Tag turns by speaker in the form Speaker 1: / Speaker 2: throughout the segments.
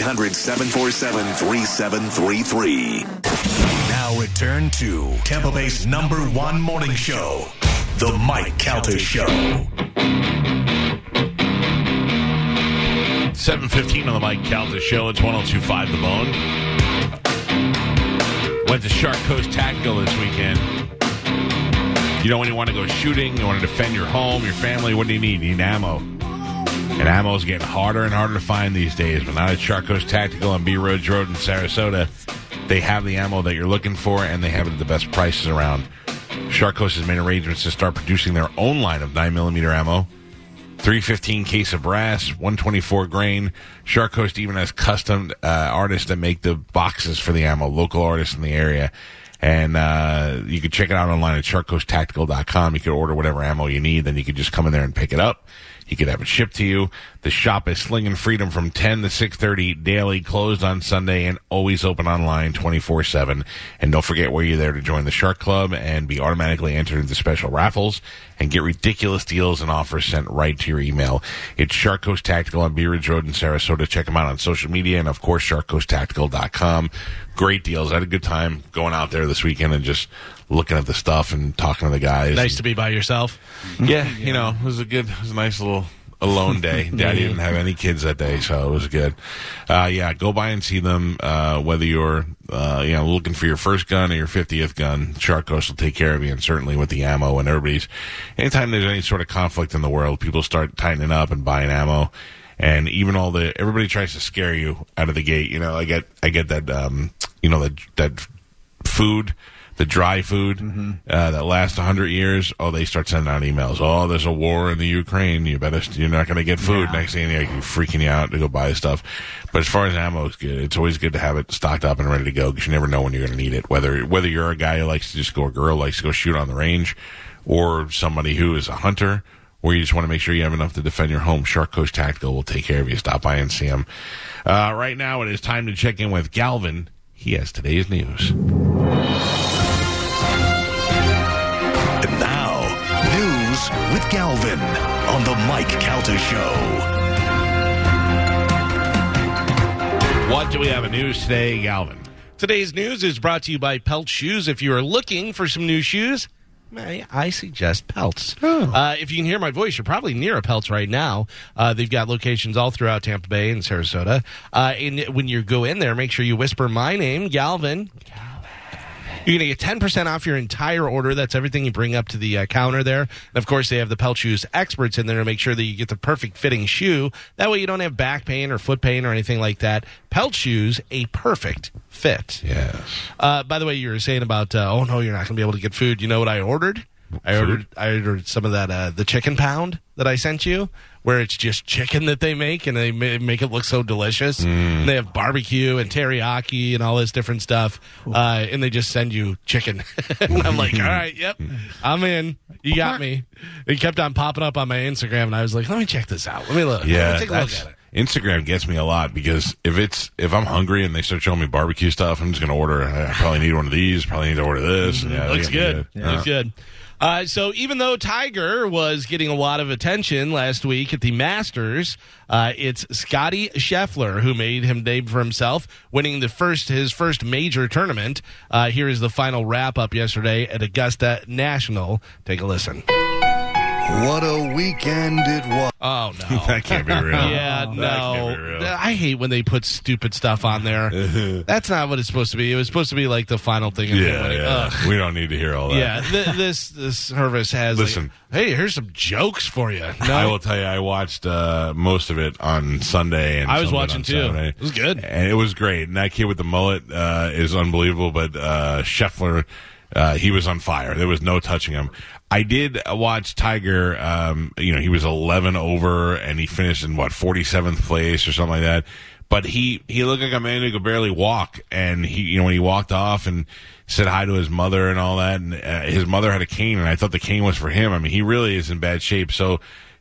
Speaker 1: 800 747 3733.
Speaker 2: Now return to Tampa Bay's number one morning show, The Mike Calter Show.
Speaker 3: 715 on the Mike Calta show. It's 1025 The Bone. Went to Shark Coast Tactical this weekend. You know, when you want to go shooting, you want to defend your home, your family, what do you need? You need ammo. And ammo's getting harder and harder to find these days. But not at Shark Coast Tactical on B Roads Road in Sarasota, they have the ammo that you're looking for and they have it at the best prices around. Shark Coast has made arrangements to start producing their own line of 9mm ammo. 315 case of brass, 124 grain. Shark Coast even has custom uh, artists that make the boxes for the ammo, local artists in the area. And uh, you can check it out online at sharkcoasttactical.com. You can order whatever ammo you need, then you can just come in there and pick it up. You could have it shipped to you. The shop is slinging freedom from 10 to 6.30 daily, closed on Sunday, and always open online 24-7. And don't forget where you're there to join the Shark Club and be automatically entered into special raffles and get ridiculous deals and offers sent right to your email. It's Shark Coast Tactical on Bee Ridge Road in Sarasota. Check them out on social media and, of course, sharkcoasttactical.com. Great deals. I had a good time going out there this weekend and just looking at the stuff and talking to the guys.
Speaker 4: Nice to be by yourself.
Speaker 3: Yeah, you know, it was a good, it was a nice little alone day. Daddy didn't have any kids that day, so it was good. Uh, yeah, go by and see them. Uh, whether you're, uh, you know, looking for your first gun or your fiftieth gun, Shark Coast will take care of you, and certainly with the ammo and everybody's. Anytime there's any sort of conflict in the world, people start tightening up and buying ammo. And even all the everybody tries to scare you out of the gate. You know, I get I get that um, you know that that food, the dry food uh, that lasts 100 years, oh, they start sending out emails. Oh, there's a war in the Ukraine. You better, you're not going to get food. Next thing you're freaking you out to go buy stuff. But as far as ammo is good, it's always good to have it stocked up and ready to go because you never know when you're going to need it. Whether whether you're a guy who likes to just go, a girl who likes to go shoot on the range, or somebody who is a hunter. Or you just want to make sure you have enough to defend your home. Shark Coast Tactical will take care of you. Stop by and see him. Uh, right now, it is time to check in with Galvin. He has today's news.
Speaker 2: And now, news with Galvin on The Mike Calter Show.
Speaker 3: What do we have in news today, Galvin?
Speaker 4: Today's news is brought to you by Pelt Shoes. If you are looking for some new shoes, may I suggest Pelts.
Speaker 3: Oh.
Speaker 4: Uh, if you can hear my voice, you're probably near a Pelts right now. Uh, they've got locations all throughout Tampa Bay and Sarasota. Uh, and when you go in there, make sure you whisper my name, Galvin. You're going to get 10% off your entire order. That's everything you bring up to the uh, counter there. And of course, they have the Pelt Shoes experts in there to make sure that you get the perfect fitting shoe. That way, you don't have back pain or foot pain or anything like that. Pelt Shoes, a perfect fit.
Speaker 3: Yes.
Speaker 4: Uh, by the way, you were saying about, uh, oh no, you're not going to be able to get food. You know what I ordered? I ordered I ordered some of that uh, the chicken pound that I sent you, where it's just chicken that they make and they ma- make it look so delicious.
Speaker 3: Mm.
Speaker 4: And they have barbecue and teriyaki and all this different stuff, uh, and they just send you chicken. and I'm like, all right, yep, I'm in. You got me. It kept on popping up on my Instagram, and I was like, let me check this out. Let me look. Let me
Speaker 3: Yeah.
Speaker 4: take a look
Speaker 3: that's-
Speaker 4: at it.
Speaker 3: Instagram gets me a lot because if it's if I'm hungry and they start showing me barbecue stuff, I'm just gonna order. I probably need one of these. Probably need to order this. Yeah,
Speaker 4: Looks
Speaker 3: they get me
Speaker 4: good.
Speaker 3: Yeah.
Speaker 4: Mm-hmm. Looks good. Uh, so even though Tiger was getting a lot of attention last week at the Masters, uh, it's Scotty Scheffler who made him name for himself, winning the first his first major tournament. Uh, here is the final wrap up yesterday at Augusta National. Take a listen.
Speaker 5: What a weekend it was.
Speaker 4: Oh no.
Speaker 3: That can't be real.
Speaker 4: Yeah,
Speaker 3: Oh, That can't be
Speaker 4: no.
Speaker 3: real.
Speaker 4: I hate when they put stupid stuff on there. That's not what it's supposed to be. It was supposed to be like the final thing. of the
Speaker 3: Yeah,
Speaker 4: winning.
Speaker 3: yeah.
Speaker 4: Ugh.
Speaker 3: We don't need to hear all that.
Speaker 4: Yeah, th- this this service has. like,
Speaker 3: Listen.
Speaker 4: hey, here's some jokes for you. No,
Speaker 3: I will tell you, I watched uh, most of it on Sunday, and
Speaker 4: I was
Speaker 3: some of it
Speaker 4: watching
Speaker 3: on
Speaker 4: too.
Speaker 3: Saturday.
Speaker 4: It was good.
Speaker 3: and it was great. And that kid with the mullet uh, is unbelievable. But uh, Scheffler, uh, he was on fire. There was no touching him. I did watch Tiger. Um, you know, he was 11 over, and he finished in what 47th place or something like that. But he he looked like a man who could barely walk. And he, you know, when he walked off and said hi to his mother and all that, and uh, his mother had a cane, and I thought the cane was for him. I mean, he really is in bad shape. So.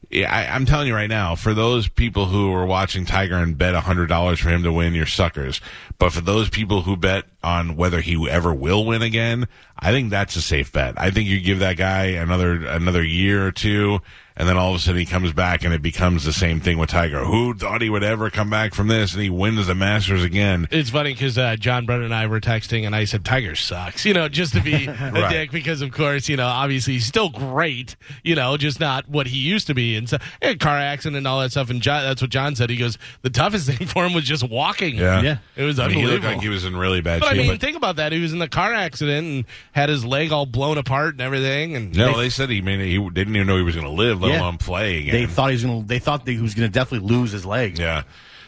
Speaker 3: Yeah, I, I'm telling you right now, for those people who are watching Tiger and bet $100 for him to win, you're suckers. But for those people who bet on whether he ever will win again, I think that's a safe bet. I think you give that guy another, another year or two. And then all of a sudden he comes back and it becomes the same thing with Tiger. Who thought he would ever come back from this? And he wins the Masters again.
Speaker 4: It's funny because uh, John Brennan and I were texting, and I said Tiger sucks, you know, just to be a dick. Because of course, you know, obviously he's still great, you know, just not what he used to be, and so and car accident and all that stuff. And John, that's what John said. He goes, the toughest thing for him was just walking.
Speaker 3: Yeah.
Speaker 6: Yeah.
Speaker 4: it was
Speaker 3: I mean, he
Speaker 4: unbelievable.
Speaker 3: looked like he was in really bad
Speaker 4: but I
Speaker 3: shape.
Speaker 4: mean,
Speaker 3: but-
Speaker 4: think about that. He was in the car accident and had his leg all blown apart and everything. And
Speaker 3: no, they said he, made, he didn't even know he was going to live, let
Speaker 6: Yeah.
Speaker 3: alone play again.
Speaker 6: They thought he was gonna. They thought that he was gonna definitely lose his leg.
Speaker 3: Yeah.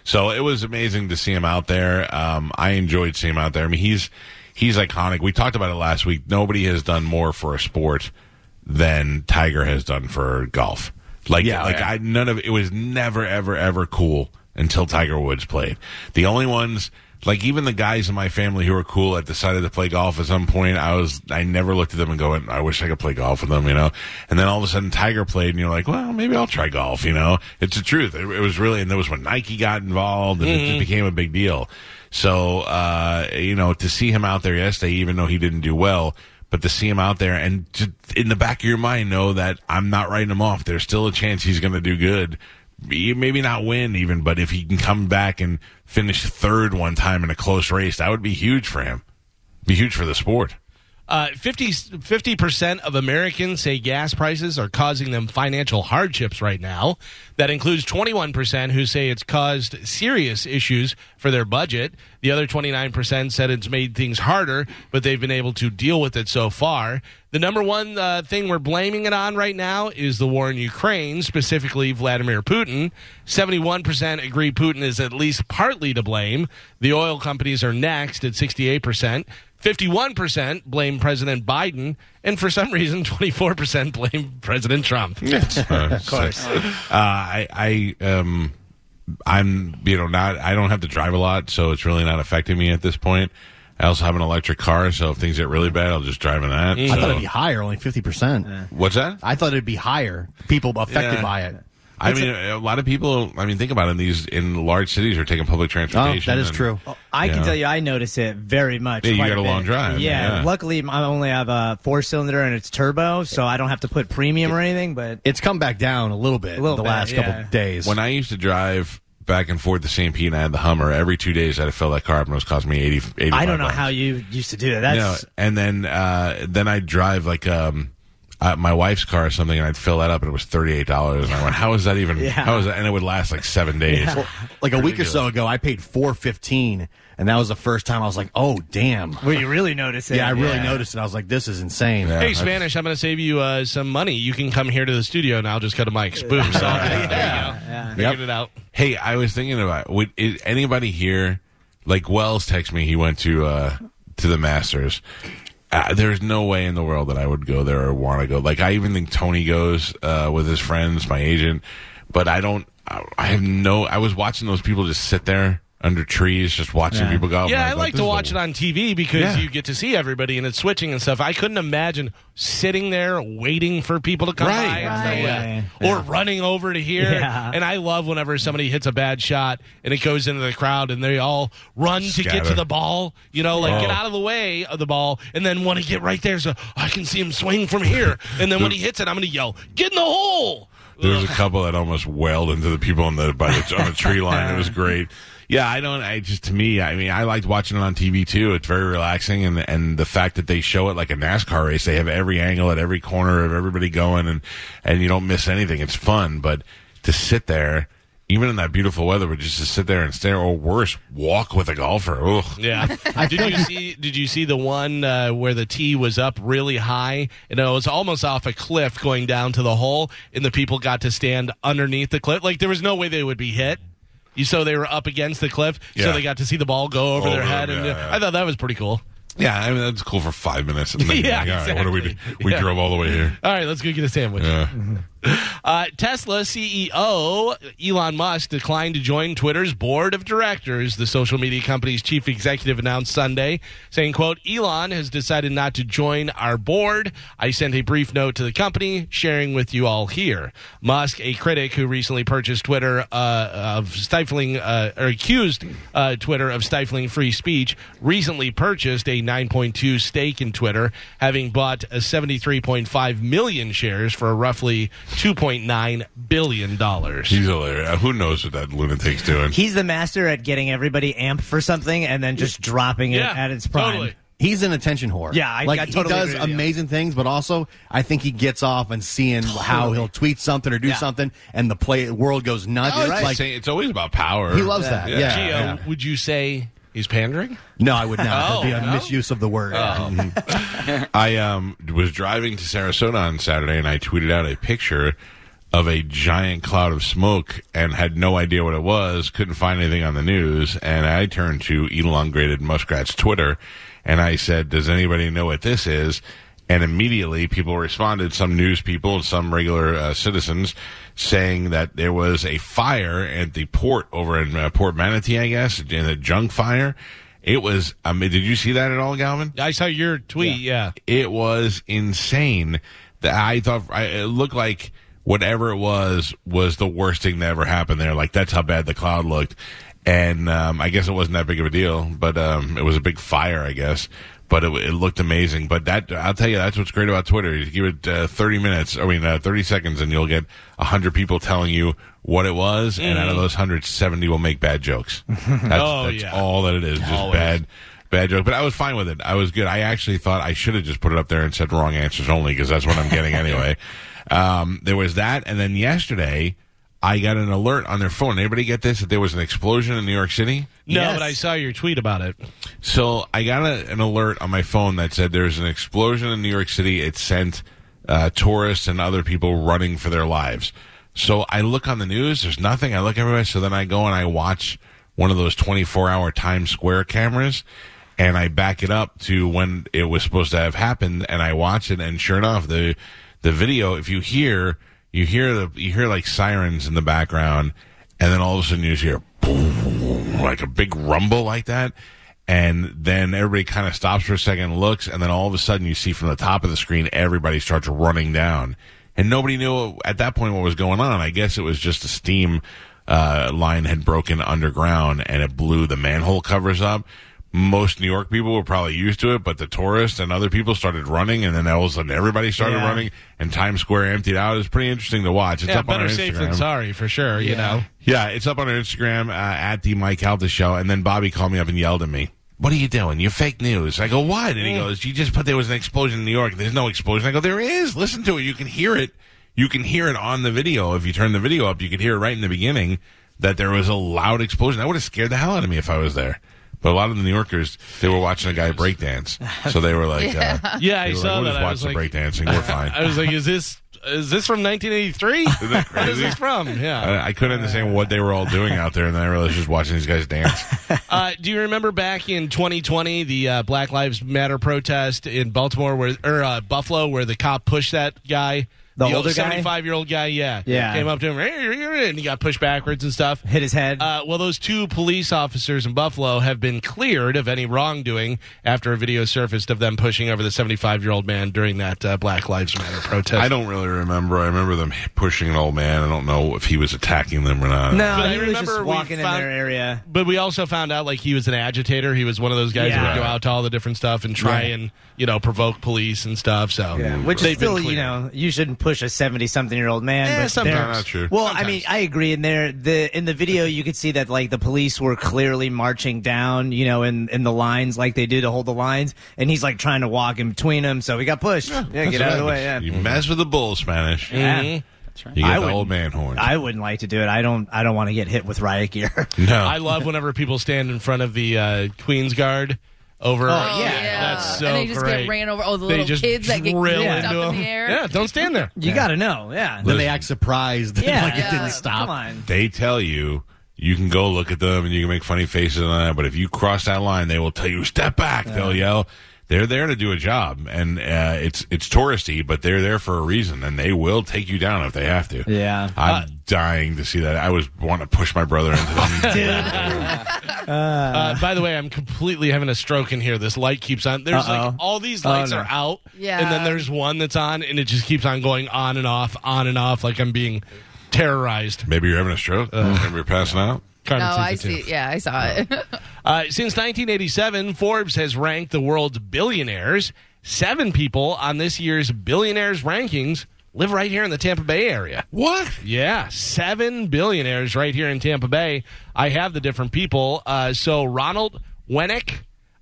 Speaker 3: So it was amazing to see him out there. Um, I enjoyed seeing him out there. I mean, he's he's iconic. We talked about it last week. Nobody has done more for a sport than Tiger has done for golf. Like,
Speaker 6: Yeah, oh,
Speaker 3: like
Speaker 6: yeah.
Speaker 3: I none of it was never ever ever cool until Tiger Woods played. The only ones. Like even the guys in my family who were cool that decided to play golf at some point, I was I never looked at them and go, I wish I could play golf with them, you know. And then all of a sudden Tiger played, and you're like, well, maybe I'll try golf, you know. It's the truth. It, it was really, and that was when Nike got involved, and it just became a big deal. So uh, you know, to see him out there yesterday, even though he didn't do well, but to see him out there and to, in the back of your mind know that I'm not writing him off. There's still a chance he's going to do good. He- Maybe not win even, but if he can come back and finish third one time in a close race, that would be huge for him. Be huge for the sport.
Speaker 4: Uh, 50 percent of Americans say gas prices are causing them financial hardships right now. That includes twenty one percent who say it's caused serious issues for their budget. The other twenty nine percent said it's made things harder, but they've been able to deal with it so far. The number one uh, thing we're blaming it on right now is the war in Ukraine, specifically Vladimir Putin. Seventy one percent agree Putin is at least partly to blame. The oil companies are next at sixty eight percent. 51% blame President Biden, and for some reason, 24% blame President Trump.
Speaker 3: of course. Uh, I, I, um, I'm, you know, not. I don't have to drive a lot, so it's really not affecting me at this point. I also have an electric car, so if things get really bad, I'll just drive in that.
Speaker 6: Mm. I thought
Speaker 3: So-
Speaker 6: it'd be higher, only fifty percent.
Speaker 3: what's that?
Speaker 6: I thought it'd be higher. People affected
Speaker 3: Yeah.
Speaker 6: by it.
Speaker 3: I mean, a, lot of people. I mean, think about it, in these in large cities are taking public
Speaker 6: Oh,
Speaker 3: transportation.
Speaker 6: that is
Speaker 3: and-
Speaker 6: true.
Speaker 7: I
Speaker 3: Yeah.
Speaker 7: can tell you, I notice it very much.
Speaker 3: Yeah, you
Speaker 7: quite
Speaker 3: got a
Speaker 7: bit.
Speaker 3: long drive,
Speaker 7: Yeah,
Speaker 3: yeah.
Speaker 7: luckily I only have a four cylinder and it's turbo, so I don't have to put premium or anything. But
Speaker 6: It's come back down a little bit
Speaker 7: little
Speaker 6: the
Speaker 7: bit,
Speaker 6: last
Speaker 7: yeah.
Speaker 6: couple days.
Speaker 3: When I used to drive back and forth to St. Pete, and I had the Hummer. Every two days, I had to fill that car up, and it was costing me 80, 85
Speaker 7: I don't know
Speaker 3: bucks.
Speaker 7: how you used to do that.
Speaker 3: You know,
Speaker 7: That's
Speaker 3: and then uh, then I'd drive like um, uh, my wife's car or something, and I'd fill that up, and it was thirty eight dollars. And I went, "How is that even?
Speaker 7: Yeah.
Speaker 3: How is that?" And it would last like seven days.
Speaker 6: like a week or so ago, I paid four fifteen, and that was the first time I was like, "Oh, damn!"
Speaker 7: where you really notice it.
Speaker 6: Yeah, I really noticed, and I was like, "This is insane."
Speaker 3: Yeah.
Speaker 4: Hey, Spanish, I'm going to save you uh, some money. You can come here to the studio, and I'll just go to Mike's. Boom. So, yeah. Figured it out.
Speaker 3: Hey, I was thinking about would is anybody here like Wells text me he went to uh to the Masters. Uh, there's no way in the world that I would go there or want to go. Like I even think Tony goes uh with his friends, my agent, but I don't I, I have no I was watching those people just sit there under trees just watching people golf. and
Speaker 4: Yeah, I
Speaker 3: was
Speaker 4: like
Speaker 3: Oh "This
Speaker 4: to
Speaker 3: is the
Speaker 4: watch it on TV because
Speaker 3: Yeah.
Speaker 4: you get to see everybody and it's switching and stuff. I couldn't imagine sitting there waiting for people to come
Speaker 3: Right.
Speaker 4: by and
Speaker 7: Right.
Speaker 4: stuff like that. or running over to here.
Speaker 7: Yeah.
Speaker 4: And I love whenever somebody hits a bad shot and it goes into the crowd and they all run to get
Speaker 3: Scatter.
Speaker 4: to the ball, you know, like
Speaker 3: Oh.
Speaker 4: get out of the way of the ball and then want to get right there so I can see him swing from here. And then when he hits it, I'm going to yell, "Get in the hole!"
Speaker 3: There was a couple that almost wailed into the people on the by the on the tree line. It was great. Yeah, I don't. I just to me, I mean, I liked watching it on TV too. It's very relaxing, and and the fact that they show it like a NASCAR race, they have every angle at every corner of everybody going, and and you don't miss anything. It's fun, but to sit there, even in that beautiful weather, but just to sit there and stare, or worse, walk with a golfer. Ugh.
Speaker 4: Yeah. did you see? Did you see the one uh, where the tee was up really high and it was almost off a cliff going down to the hole, and the people got to stand underneath the cliff? Like there was no way they would be hit. You so they were up against the cliff,
Speaker 3: Yeah.
Speaker 4: so they got to see the ball go over,
Speaker 3: Over
Speaker 4: their
Speaker 3: them,
Speaker 4: head. and uh,
Speaker 3: yeah.
Speaker 4: I thought that was pretty cool.
Speaker 3: Yeah, I mean that's cool for five minutes. And then you're
Speaker 4: Yeah,
Speaker 3: like, all right, what do we do?
Speaker 4: exactly.
Speaker 3: We
Speaker 4: Yeah.
Speaker 3: drove all the way here.
Speaker 4: All right, let's go get a sandwich.
Speaker 3: Yeah.
Speaker 4: Uh, Tesla CEO Elon Musk declined to join Twitter's board of directors. The social media company's chief executive announced Sunday, saying, "quote Elon has decided not to join our board. I sent a brief note to the company, sharing with you all here." Musk, a critic who recently purchased Twitter uh, of stifling uh, or accused uh, Twitter of stifling free speech, recently purchased a 9.2 uh, stake in Twitter, having bought a 73.5 million shares for roughly $2.9 billion.
Speaker 3: He's hilarious. Who knows what that lunatic's doing?
Speaker 7: He's the master at getting everybody amped for something and then just dropping it
Speaker 4: Yeah,
Speaker 7: at its prime.
Speaker 4: totally.
Speaker 6: He's an attention whore.
Speaker 7: Yeah, I-
Speaker 6: like
Speaker 7: I totally
Speaker 6: he does
Speaker 7: agree with you.
Speaker 6: amazing things, but also I think he gets off on seeing how he'll tweet something or do
Speaker 7: Yeah.
Speaker 6: something, and the play world goes nuts.
Speaker 3: Oh, It's,
Speaker 6: Oh, Like,
Speaker 3: insane. It's always about power.
Speaker 6: he loves that. Yeah.
Speaker 4: Gio,
Speaker 6: yeah.
Speaker 4: would you say he's pandering?
Speaker 6: No, I would not. That'd be a
Speaker 4: Oh, no?
Speaker 6: misuse of the word.
Speaker 3: Oh.
Speaker 6: Mhm.
Speaker 3: I um was driving to Sarasota on Saturday and I tweeted out a picture of a giant cloud of smoke and had no idea what it was, couldn't find anything on the news, and I turned to elongated muskrat's Twitter and I said, Does anybody know what this is? And immediately people responded, some news people and some regular uh, citizens, saying that there was a fire at the port over in uh, Port Manatee, I guess, in a junk fire. It was, I mean, did you see that at all, Galvin?
Speaker 4: I saw your tweet, yeah.
Speaker 3: It was insane. That I thought I, it looked like whatever it was was the worst thing that ever happened there. Like that's how bad the cloud looked. And um, I guess it wasn't that big of a deal, but um, it was a big fire, I guess. But it, it looked amazing. But that I'll tell you, that's what's great about Twitter. You give it uh, thirty minutes, I mean, uh, thirty seconds, and you'll get hundred people telling you what it was. And out of those hundred, seventy will make bad jokes. That's,
Speaker 4: Mm. Oh,
Speaker 3: that's
Speaker 4: yeah.
Speaker 3: all that it is, just bad bad joke, but I was fine with it. I was good. I actually thought I should have just put it up there and said wrong answers only because that's what I'm getting anyway. Um, there was that, and then yesterday I got an alert on their phone. Anybody get this? That there was an explosion in New York City.
Speaker 4: No,
Speaker 7: Yes.
Speaker 4: but I saw your tweet about it.
Speaker 3: So I got a, an alert on my phone that said there's an explosion in New York City. It sent uh, tourists and other people running for their lives. So I look on the news. There's nothing. I look everywhere. So then I go and I watch one of those 24 hour Times Square cameras, and I back it up to when it was supposed to have happened, and I watch it, and sure enough, the the video. If you hear you hear the you hear like sirens in the background, and then all of a sudden you just hear like a big rumble like that. And then everybody kind of stops for a second, looks, and then all of a sudden you see from the top of the screen everybody starts running down. And nobody knew at that point what was going on. I guess it was just a steam uh, line had broken underground and it blew the manhole covers up. Most New York people were probably used to it, but the tourists and other people started running, and then all of a sudden everybody started
Speaker 7: Yeah.
Speaker 3: running, and Times Square emptied out. It's pretty interesting to watch. It's
Speaker 4: yeah,
Speaker 3: up on our
Speaker 4: better safe than
Speaker 3: Instagram.
Speaker 4: sorry, for sure, you know.
Speaker 3: Yeah, it's up on our Instagram uh, at the Mike Halda Show. And then Bobby called me up and yelled at me. What are you doing? You're fake news. I go, what? And he goes, you just put there was an explosion in New York. There's no explosion. I go, there is. Listen to it. You can hear it. You can hear it on the video. If you turn the video up, you can hear it right in the beginning that there was a loud explosion. That would have scared the hell out of me if I was there. But a lot of the New Yorkers, they were watching a guy breakdance. So they were like, uh,
Speaker 4: Yeah,
Speaker 3: they
Speaker 4: I
Speaker 3: were
Speaker 4: saw
Speaker 3: like, we'll
Speaker 4: that. I
Speaker 3: just watch
Speaker 4: was like,
Speaker 3: the breakdancing. We're fine.
Speaker 4: I was like, is this is this from 1983?
Speaker 3: Isn't that
Speaker 4: Where is
Speaker 3: crazy?
Speaker 4: this from? Yeah.
Speaker 3: I, I couldn't understand what they were all doing out there, and then I realized just watching these guys dance.
Speaker 4: Uh, do you remember back in 2020 the uh, Black Lives Matter protest in Baltimore where or uh, Buffalo where the cop pushed that guy,
Speaker 7: The older guy?
Speaker 4: 75 year old guy, yeah,
Speaker 7: Yeah.
Speaker 4: came up to him and he got pushed backwards and stuff.
Speaker 7: Hit his head.
Speaker 4: Uh, well, those two police officers in Buffalo have been cleared of any wrongdoing after a video surfaced of them pushing over the 75 year old man during that uh, Black Lives Matter protest.
Speaker 3: I don't really remember. I remember them pushing an old man. I don't know if he was attacking them or not.
Speaker 7: no,
Speaker 4: but I
Speaker 7: he was
Speaker 4: remember
Speaker 7: just
Speaker 4: we
Speaker 7: walking in
Speaker 4: found-
Speaker 7: their area.
Speaker 4: But we also found out like he was an agitator. He was one of those guys
Speaker 7: Yeah.
Speaker 4: who would go out to all the different stuff and try and you know provoke police and stuff. So
Speaker 7: Which
Speaker 4: They've been
Speaker 7: is still, you
Speaker 4: cleared.
Speaker 7: know, you shouldn't push a seventy-something-year-old man.
Speaker 4: Eh,
Speaker 7: but
Speaker 4: sometimes.
Speaker 7: they're-
Speaker 3: Not true.
Speaker 7: Well, I mean, I agree. In there, the in the video, you could see that like the police were clearly marching down, you know, in in the lines like they do to hold the lines, and he's like trying to walk in between them, so he got pushed. Yeah, get out of the way. Yeah.
Speaker 3: You mess with the bull, Spanish.
Speaker 7: Yeah.
Speaker 3: You get
Speaker 7: I
Speaker 3: the
Speaker 7: would-
Speaker 3: old man horn.
Speaker 7: I wouldn't like to do it. I don't. I don't want to get hit with riot gear.
Speaker 3: no.
Speaker 4: I love whenever people stand in front of the uh, Queen's Guard over.
Speaker 7: Oh,
Speaker 8: Yeah.
Speaker 4: that's so
Speaker 8: And they just
Speaker 4: great.
Speaker 8: get ran over. Oh, the
Speaker 4: they
Speaker 8: little
Speaker 4: just
Speaker 8: kids that get
Speaker 4: drill
Speaker 8: kicked
Speaker 4: into
Speaker 8: up in
Speaker 4: them.
Speaker 8: the air.
Speaker 4: Yeah, don't stand there.
Speaker 7: You got to know. Yeah.
Speaker 6: then they act surprised that
Speaker 7: Yeah.
Speaker 6: like it
Speaker 8: Yeah.
Speaker 6: didn't stop.
Speaker 7: Come on.
Speaker 3: they tell you you can go look at them and you can make funny faces and all that, but if you cross that line, they will tell you step back. They'll yell. They're there to do a job, and uh, it's it's touristy, but they're there for a reason, and they will take you down if they have to.
Speaker 7: Yeah.
Speaker 4: Uh,
Speaker 3: I'm dying to see that. I was want to push my brother into them.
Speaker 4: Uh, by the way, I'm completely having a stroke in here. This light keeps on. There's like
Speaker 7: Uh-oh. Oh,
Speaker 4: all these lights
Speaker 7: no.
Speaker 4: are out,
Speaker 8: Yeah.
Speaker 4: and then there's one that's on, and it just keeps on going on and off, on and off, like I'm being terrorized.
Speaker 3: Maybe you're having a stroke. Maybe you're passing out.
Speaker 4: Carmen
Speaker 9: Oh,
Speaker 8: No,
Speaker 4: sees
Speaker 8: Oh, I
Speaker 4: it, too.
Speaker 8: see. Yeah, I saw it.
Speaker 4: Uh, since 1987, Forbes has ranked the world's billionaires. Seven people on this year's billionaires rankings live right here in the Tampa Bay area.
Speaker 3: What?
Speaker 4: Yeah, seven billionaires right here in Tampa Bay. I have the different people. Uh, so Ronald Wenick,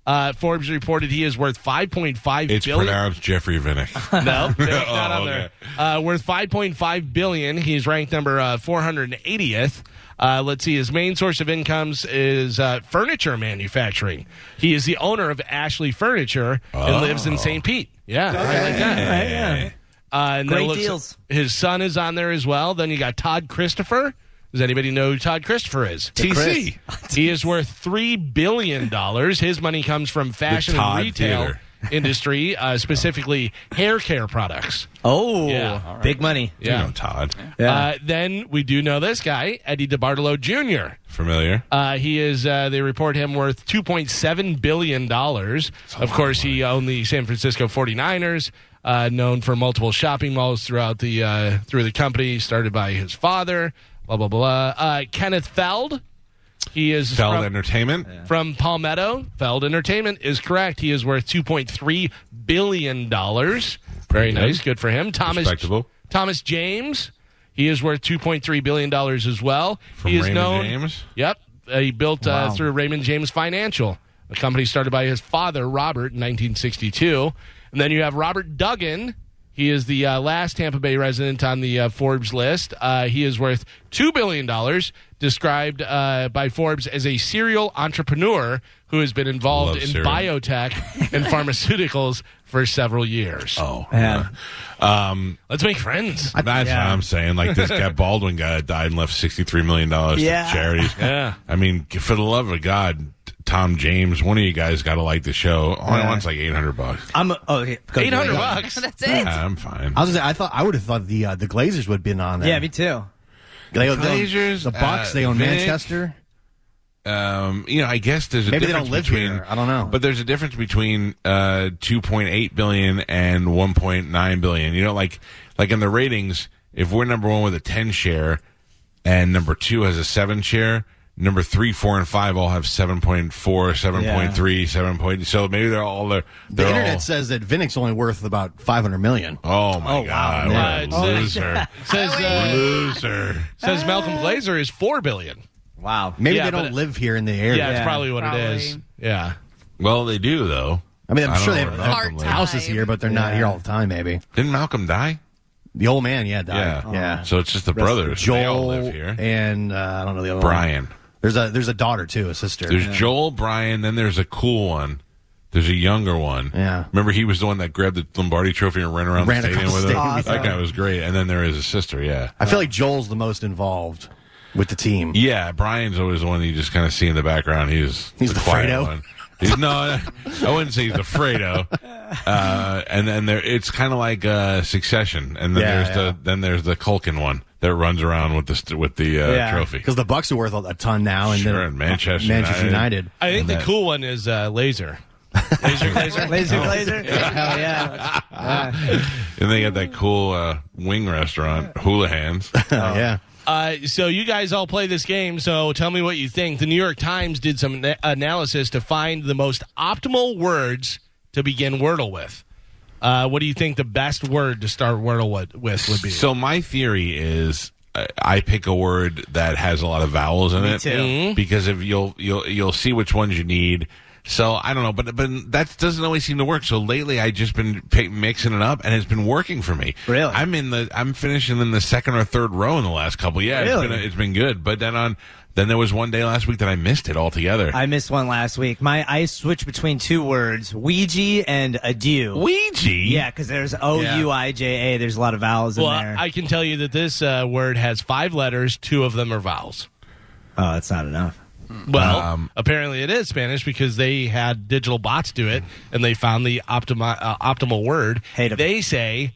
Speaker 4: uh, Forbes reported he is worth five point five
Speaker 3: It's
Speaker 4: billion.
Speaker 3: pronounced Jeffrey Vinnick.
Speaker 4: No, they're
Speaker 3: Oh,
Speaker 4: not on there. Uh, worth 5.5 billion. He's ranked number uh, 480th. Uh, let's see. His main source of incomes is uh, furniture manufacturing. He is the owner of Ashley Furniture and lives
Speaker 3: Oh.
Speaker 4: in St. Pete. Yeah, I like that. Uh, and then
Speaker 7: Great
Speaker 4: it looks-
Speaker 7: deals.
Speaker 4: His son is on there as well. Then you got Todd Christopher. Does anybody know who Todd Christopher is?
Speaker 3: TC.
Speaker 4: He is worth three billion dollars. His money comes from fashion and
Speaker 3: Todd
Speaker 4: retail
Speaker 3: Theater.
Speaker 4: industry, uh, specifically hair care products.
Speaker 7: Oh,
Speaker 4: Yeah. All
Speaker 7: big money.
Speaker 3: You know Todd.
Speaker 4: Uh, then we do know this guy, Eddie DeBartolo Jr.
Speaker 3: Familiar.
Speaker 4: Uh, he is. Uh, they report him worth two point seven billion dollars. Of course, he owned the San Francisco 49ers, uh, known for multiple shopping malls throughout the uh, through the company, started by his father. Blah blah blah. Uh, Kenneth Feld. He is
Speaker 3: Feld
Speaker 4: from,
Speaker 3: Entertainment.
Speaker 4: from Palmetto. Feld Entertainment is correct. He is worth two point three billion dollars. Very
Speaker 3: good.
Speaker 4: nice. Good for him. Thomas
Speaker 3: Respectable.
Speaker 4: Thomas James. He is worth two point three billion dollars as well.
Speaker 3: From
Speaker 4: he is
Speaker 3: Raymond
Speaker 4: known.
Speaker 3: James?
Speaker 4: Yep, Uh, he built uh, through Raymond James Financial, a company started by his father Robert in 1962. And then you have Robert Duggan. He is the uh, last Tampa Bay resident on the uh, Forbes list. Uh, he is worth two billion dollars, described uh, by Forbes as a serial entrepreneur who has been involved
Speaker 3: Love
Speaker 4: in
Speaker 3: cereal.
Speaker 4: biotech and pharmaceuticals for several years.
Speaker 3: Oh.
Speaker 7: Yeah.
Speaker 3: yeah. Um,
Speaker 4: Let's make friends.
Speaker 3: That's
Speaker 7: yeah.
Speaker 3: what I'm saying. Like this guy Baldwin guy that died and left sixty three million dollars
Speaker 7: Yeah.
Speaker 3: to charities.
Speaker 4: Yeah.
Speaker 3: I mean, for the love of God, Tom James, one of you guys got to like the show. Only
Speaker 7: Yeah.
Speaker 3: one's like eight hundred bucks.
Speaker 7: I'm a, oh, okay. Go,
Speaker 4: Eight hundred
Speaker 7: go.
Speaker 4: bucks.
Speaker 8: That's it.
Speaker 3: Yeah, I'm fine.
Speaker 6: I was gonna say, I thought I would have thought the uh, the Glazers would have been on there.
Speaker 7: Yeah, me too.
Speaker 6: they, own-
Speaker 3: Glazers,
Speaker 6: the Bucks.
Speaker 3: uh,
Speaker 6: they own
Speaker 3: Vic.
Speaker 6: Manchester.
Speaker 3: um, you know, I guess there's a
Speaker 6: Maybe they
Speaker 3: difference
Speaker 6: don't live
Speaker 3: between,
Speaker 6: here. I don't know.
Speaker 3: but there's a difference between uh, 2.8 billion and 1.9 billion. You know, like like in the ratings, if we're number one with a 10 share, and number two has a seven share, number three, four, and five all have 7.4, 7.3, 7. Point, so maybe they're all they're,
Speaker 6: The
Speaker 3: they're
Speaker 6: internet
Speaker 3: all,
Speaker 6: says that Vinnick's only worth about five hundred million.
Speaker 3: Oh my God!
Speaker 4: Yeah.
Speaker 3: What a loser!
Speaker 4: Says uh,
Speaker 3: loser!
Speaker 4: says Malcolm Glazer is four billion.
Speaker 7: Wow.
Speaker 6: Maybe
Speaker 4: Yeah,
Speaker 6: they
Speaker 4: but-
Speaker 6: don't live here in the area.
Speaker 4: Yeah, it's
Speaker 7: Yeah.
Speaker 4: probably what it is.
Speaker 8: Probably.
Speaker 4: Yeah.
Speaker 3: Well, they do though.
Speaker 6: I mean, I'm
Speaker 3: I don't
Speaker 6: sure they
Speaker 3: know
Speaker 6: have
Speaker 3: where Malcolm
Speaker 8: Part
Speaker 3: lives.
Speaker 8: time.
Speaker 6: houses here, but they're not here all the time. Maybe
Speaker 3: Didn't Malcolm die?
Speaker 6: the old man, yeah, died.
Speaker 3: Yeah,
Speaker 6: Yeah,
Speaker 3: So it's just the
Speaker 6: Uh-huh. Rest-
Speaker 3: brothers.
Speaker 6: Joel,
Speaker 3: they all live here.
Speaker 6: and uh, I don't know the other one.
Speaker 3: Brian.
Speaker 6: There's a there's a daughter too, a sister.
Speaker 3: There's Joel, Brian, then there's a cool one. There's a younger one.
Speaker 6: Yeah.
Speaker 3: Remember he was the one that grabbed the Lombardi trophy and ran around
Speaker 6: Ran
Speaker 3: the stadium
Speaker 6: across
Speaker 3: with
Speaker 6: the
Speaker 3: him.
Speaker 6: stadium.
Speaker 3: That guy was great. And then there is a sister, yeah.
Speaker 6: I feel like Joel's the most involved with the team.
Speaker 3: Yeah, Brian's always the one that you just kind of see in the background. He's
Speaker 6: He's the
Speaker 3: quiet
Speaker 6: Fredo.
Speaker 3: one. He's, no, I wouldn't say he's the Fredo. Uh, and then there, it's kind of like uh, Succession. And then
Speaker 6: Yeah,
Speaker 3: there's
Speaker 6: yeah.
Speaker 3: the then there's the Culkin one that runs around with the st- with the uh,
Speaker 7: Yeah.
Speaker 3: trophy.
Speaker 6: Because the Bucks are worth a- a ton now, and
Speaker 3: Sure,
Speaker 6: then
Speaker 3: and Manchester
Speaker 6: Manchester
Speaker 3: United.
Speaker 6: United.
Speaker 4: I think the cool one is uh, laser. Laser laser.
Speaker 7: Laser Glazer? Hell yeah.
Speaker 3: And they got that cool uh, wing restaurant, Hula Hands.
Speaker 6: Oh, yeah,
Speaker 4: Uh, so you guys all play this game. So tell me what you think. The New York Times did some ana- analysis to find the most optimal words to begin Wordle with. Uh, what do you think the best word to start Wordle with, with would be?
Speaker 3: So my theory is I- I pick a word that has a lot of vowels in it
Speaker 7: too. Mm-hmm.
Speaker 3: because if you'll you'll you'll see which ones you need. So I don't know, but but that doesn't always seem to work. So lately, I just been pick, mixing it up, and it's been working for me.
Speaker 7: Really?
Speaker 3: I'm in the I'm finishing in the second or third row in the last couple. Yeah,
Speaker 7: Really?
Speaker 3: it's been it's been good. But then on then there was one day last week that I missed it altogether.
Speaker 7: I missed one last week. My I switched between two words, Ouija and adieu.
Speaker 3: Ouija.
Speaker 7: Yeah, because there's O U I J A. There's a lot of vowels
Speaker 4: well,
Speaker 7: in there.
Speaker 4: I can tell you that this uh, word has five letters. Two of them are vowels.
Speaker 7: oh, that's not enough.
Speaker 4: Well, apparently it is Spanish because they had digital bots do it and they found the optima, uh, optimal word.
Speaker 7: Hate 'em.
Speaker 4: they say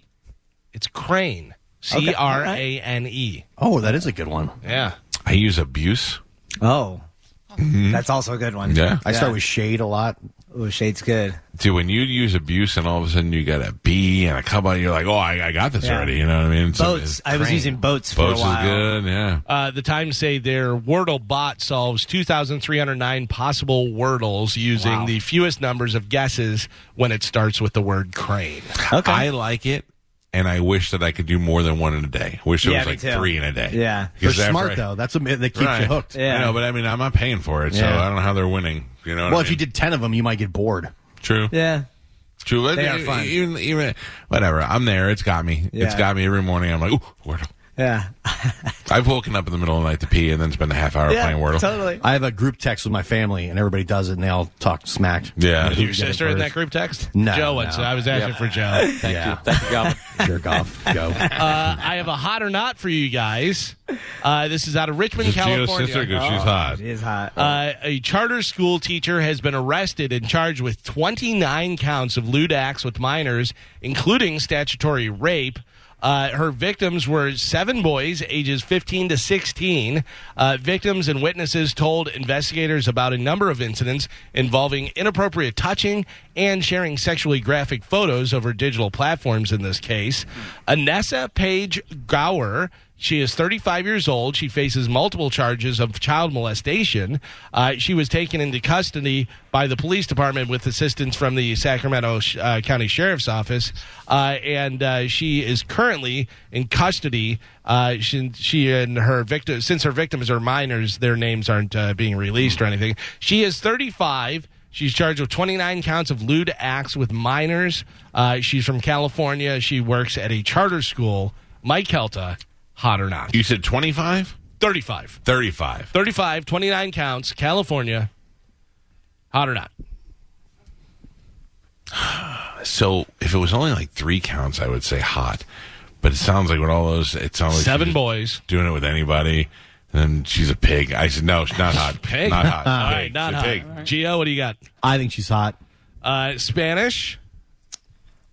Speaker 4: it's crane. C R A N E.
Speaker 6: Oh, that is a good one.
Speaker 4: Yeah.
Speaker 3: I use abuse.
Speaker 7: Oh, that's also a good one.
Speaker 3: Mm-hmm. Yeah.
Speaker 6: I start with shade a lot.
Speaker 7: Ooh, shade's good.
Speaker 3: Dude, when you use abuse and all of a sudden you got a B and a couple, you're like, oh, I, I got this
Speaker 7: Yeah.
Speaker 3: already. You know what I mean? So
Speaker 7: Boats.
Speaker 3: it's-
Speaker 7: I was using boats for
Speaker 3: boats is
Speaker 7: a while.
Speaker 3: good. Yeah.
Speaker 4: Uh, the Times say their Wordle bot solves 2,309 possible Wordles using the fewest numbers of guesses when it starts with the word crane.
Speaker 7: Okay.
Speaker 3: I like it. and I wish that I could do more than one in a day. I wish there
Speaker 7: Yeah,
Speaker 3: was
Speaker 7: me
Speaker 3: like
Speaker 7: too.
Speaker 3: three in a day.
Speaker 7: Yeah.
Speaker 6: They're
Speaker 3: after
Speaker 6: smart
Speaker 3: I-
Speaker 6: though. That's what that keeps
Speaker 3: Right.
Speaker 6: you hooked.
Speaker 7: Yeah.
Speaker 3: I know, but I mean, I'm not paying for it, so
Speaker 7: Yeah.
Speaker 3: I don't know how they're winning. You know, what
Speaker 6: Well,
Speaker 3: I
Speaker 6: if you
Speaker 3: mean?
Speaker 6: did ten of them, you might get bored.
Speaker 3: true,
Speaker 7: Yeah.
Speaker 3: true. But
Speaker 7: They are
Speaker 3: e-
Speaker 7: fun.
Speaker 3: Even, even, whatever. I'm there. It's got me. It's
Speaker 7: Yeah.
Speaker 3: got me every morning. I'm like, ooh, Wordle.
Speaker 7: Yeah.
Speaker 3: I've woken up in the middle of the night to pee and then spend a half hour
Speaker 7: yeah.
Speaker 3: playing Wordle.
Speaker 7: Totally.
Speaker 6: I have a group text with my family, and everybody does it, and they all talk smack.
Speaker 3: Yeah.
Speaker 6: Who
Speaker 4: Your
Speaker 6: did it
Speaker 4: sister in that
Speaker 6: first.
Speaker 4: group text?
Speaker 6: No,
Speaker 4: Joe was.
Speaker 6: no.
Speaker 4: I was asking for Joe.
Speaker 6: yeah,
Speaker 8: Thank you, Goblin.
Speaker 6: jerk off, go.
Speaker 4: Uh, I have a hot or not for you guys. Uh, this is out of Richmond,
Speaker 3: Is it Gio's
Speaker 4: California.
Speaker 3: sister? 'Cause
Speaker 7: Oh,
Speaker 3: she's hot.
Speaker 7: It is hot.
Speaker 4: Uh, a charter school teacher has been arrested and charged with 29 counts of lewd acts with minors, including statutory rape. Uh, her victims were seven boys, ages 15 to 16. Uh, victims and witnesses told investigators about a number of incidents involving inappropriate touching and sharing sexually graphic photos over digital platforms in this case. Anessa Page Gower she is 35 years old. She faces multiple charges of child molestation. Uh, she was taken into custody by the police department with assistance from the Sacramento uh, County Sheriff's Office, uh, and uh, she is currently in custody. Uh, she, she and her victim, since her victims are minors, their names aren't uh, being released or anything. She is 35. She's charged with 29 counts of lewd acts with minors. Uh, she's from California. She works at a charter school. Mike Kelta, hot or not?
Speaker 3: You said 25?
Speaker 4: 35.
Speaker 3: 35.
Speaker 4: 35, 29 counts, California, hot or not?
Speaker 3: So if it was only like three counts, I would say hot. But it sounds like with all those, it sounds like
Speaker 4: Seven
Speaker 3: she's
Speaker 4: boys.
Speaker 3: doing it with anybody. And then she's a pig. I said, no, she's not hot.
Speaker 4: Pig.
Speaker 3: Not hot.
Speaker 4: All right,
Speaker 3: Ah. Pig.
Speaker 4: not
Speaker 3: She's a
Speaker 4: hot.
Speaker 3: pig.
Speaker 4: Gio, what do you got?
Speaker 6: I think she's hot.
Speaker 4: Uh, Spanish,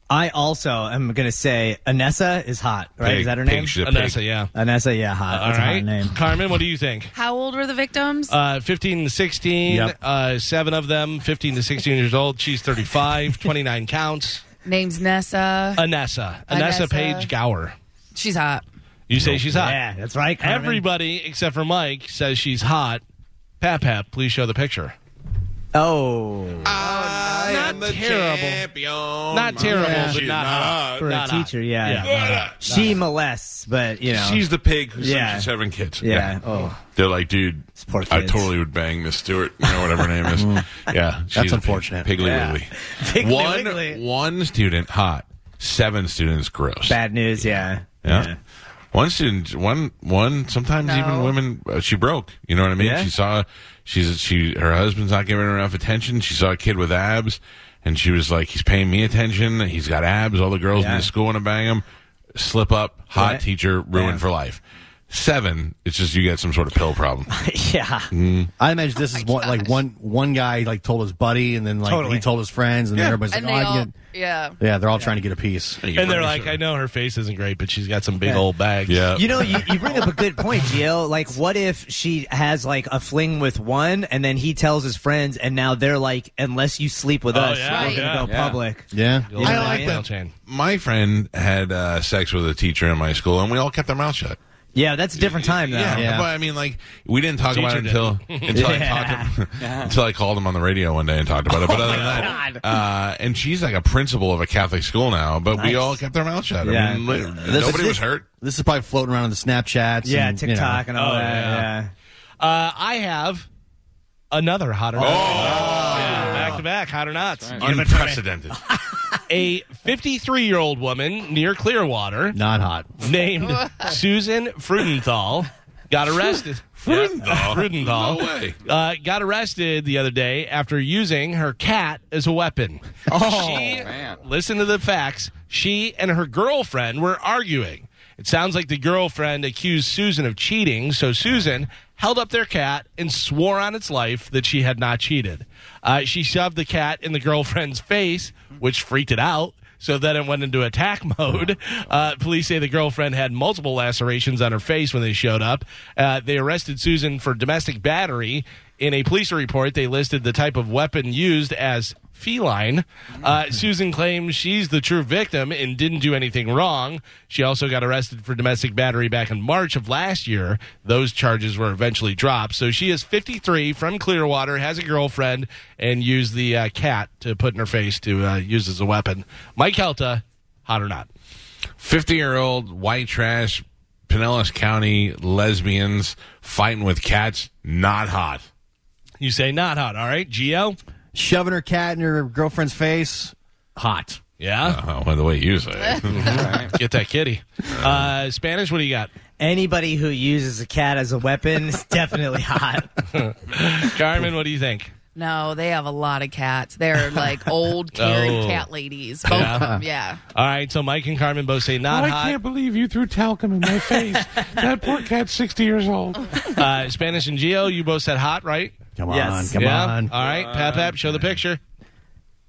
Speaker 7: I also am gonna say Anessa is hot. Right?
Speaker 3: Pig.
Speaker 7: Is that her
Speaker 3: Pig. Uh,
Speaker 7: name?
Speaker 3: She's a pig.
Speaker 4: Anessa, Uh, yeah.
Speaker 7: Anessa, yeah, hot.
Speaker 4: All
Speaker 7: That's a
Speaker 4: right.
Speaker 7: hot name.
Speaker 4: Carmen, what do you think?
Speaker 9: How old were the victims?
Speaker 4: Uh, 15 to 16,
Speaker 6: Yep.
Speaker 4: uh, seven of them, 15 to 16 years old. She's 35, 29 counts.
Speaker 9: Name's Nessa.
Speaker 4: Anessa. Anessa
Speaker 9: Anessa.
Speaker 4: Page Gower.
Speaker 9: She's hot.
Speaker 4: You say she's hot.
Speaker 7: Yeah, that's right. Carmen.
Speaker 4: Everybody except for Mike says she's hot. Pap Pap, please show the picture.
Speaker 7: Oh,
Speaker 4: not terrible. Not terrible, but
Speaker 3: She's
Speaker 4: not hot.
Speaker 7: for a
Speaker 4: Not hot.
Speaker 7: teacher, yeah.
Speaker 3: Yeah.
Speaker 7: She molests, but you know,
Speaker 3: She's the pig who
Speaker 7: Yeah.
Speaker 3: said she's having kids.
Speaker 7: yeah. Oh,
Speaker 3: They're like, dude,
Speaker 7: poor
Speaker 3: I
Speaker 7: kids.
Speaker 3: totally would bang Miss Stewart, you know, whatever her name is.
Speaker 4: Mm.
Speaker 3: yeah. she's a pig.
Speaker 6: unfortunate.
Speaker 3: Piggly
Speaker 7: Yeah.
Speaker 3: Wiggly.
Speaker 7: Piggly
Speaker 3: one,
Speaker 7: Wiggly.
Speaker 3: one student hot, seven students gross.
Speaker 7: bad news. Yeah.
Speaker 3: Yeah. One student, one, one. Sometimes even women. Uh, she broke. You know what I mean?
Speaker 7: Yeah.
Speaker 3: She saw. She's she. Her husband's not giving her enough attention. She saw a kid with abs, and she was like, "He's paying me attention. He's got abs. All the girls in
Speaker 7: Yeah.
Speaker 3: the school want to bang him." Slip up, hot
Speaker 7: Right.
Speaker 3: teacher, ruined
Speaker 7: Yeah.
Speaker 3: for life. Seven. It's just you got some sort of pill problem.
Speaker 7: Yeah.
Speaker 6: I imagine this is one, like one one guy like told his buddy, and then like
Speaker 7: Totally.
Speaker 6: he told his friends, and then everybody's
Speaker 9: And
Speaker 6: like,
Speaker 9: they
Speaker 6: "Oh, I
Speaker 9: all,
Speaker 6: get."
Speaker 9: yeah.
Speaker 6: Yeah, they're all trying to get a piece.
Speaker 4: And they're like, I know her face isn't great, but she's got some big old bags.
Speaker 3: Yeah.
Speaker 7: You know, you, you bring up a good point, Gio. Like, what if she has like a fling with one, and then he tells his friends, and now they're like, unless you sleep with
Speaker 4: Oh,
Speaker 7: us,
Speaker 4: yeah,
Speaker 7: we're gonna
Speaker 4: yeah.
Speaker 7: go public.
Speaker 6: Yeah,
Speaker 4: You know
Speaker 7: I
Speaker 4: what
Speaker 7: like
Speaker 4: mean?
Speaker 7: that.
Speaker 4: Tail chain.
Speaker 3: my friend had uh, sex with a teacher in my school, and we all kept our mouth shut.
Speaker 7: Yeah, that's a different time though.
Speaker 3: Yeah,
Speaker 6: Yeah.
Speaker 3: but I mean, like we didn't talk about it
Speaker 4: Teacher
Speaker 3: until until I talked to- until I called him on the radio one day and talked about it. But other than that, uh, and she's like a principal of a Catholic school now. But we
Speaker 7: Nice.
Speaker 3: all kept our mouth shut.
Speaker 7: Yeah.
Speaker 3: I mean, li-
Speaker 6: This
Speaker 3: nobody
Speaker 6: is-
Speaker 3: was hurt.
Speaker 6: this is probably floating around in the Snapchats.
Speaker 7: Yeah,
Speaker 6: and, you know.
Speaker 7: TikTok and all
Speaker 4: Oh,
Speaker 7: that.
Speaker 4: yeah.
Speaker 7: Yeah.
Speaker 4: Uh, I have another hot or not.
Speaker 3: Oh.
Speaker 4: Yeah, back to back, hot or not.
Speaker 3: Unprecedented.
Speaker 4: A 53 year old woman near Clearwater
Speaker 6: Not hot.
Speaker 4: named Susan Frudenthal got arrested. Yeah,
Speaker 3: No
Speaker 4: Frudenthal.
Speaker 3: way.
Speaker 4: Uh, got arrested the other day after using her cat as a weapon. Oh, she,
Speaker 8: man.
Speaker 4: Listen to the facts. She and her girlfriend were arguing. It sounds like the girlfriend accused Susan of cheating, so Susan held up their cat and swore on its life that she had not cheated. Uh, she shoved the cat in the girlfriend's face, which freaked it out. So then it went into attack mode. Uh, police say the girlfriend had multiple lacerations on her face when they showed up. Uh, they arrested Susan for domestic battery. In a police report, they listed the type of weapon used as feline. Uh, Susan claims she's the true victim and didn't do anything wrong. She also got arrested for domestic battery back in March of last year. Those charges were eventually dropped. So she is 53 from Clearwater, has a girlfriend, and used the uh, cat to put in her face to uh, use as a weapon. Mike Helta, hot or not?
Speaker 3: 50 year old white trash Pinellas County lesbians fighting with cats. Not hot.
Speaker 4: You say not hot, all right, Geo?
Speaker 6: Shoving her cat in her girlfriend's face. Hot.
Speaker 4: Yeah,
Speaker 3: Oh, by the way, you say it.
Speaker 4: get that kitty. Uh, Spanish, what do you got?
Speaker 7: Anybody who uses a cat as a weapon is definitely hot.
Speaker 4: Carmen, what do you think?
Speaker 9: No, they have a lot of cats. They're like old caring
Speaker 4: Oh.
Speaker 9: cat ladies. Both of them. Yeah.
Speaker 4: All right, so Mike and Carmen both say not hot.
Speaker 3: believe you threw talcum in my face. that poor cat's 60 years old.
Speaker 4: Uh, Spanish and Geo, you both said hot, right?
Speaker 6: Come on.
Speaker 7: Yes.
Speaker 6: Come
Speaker 4: yeah.
Speaker 6: on.
Speaker 4: All right, Pap Pap, show the picture.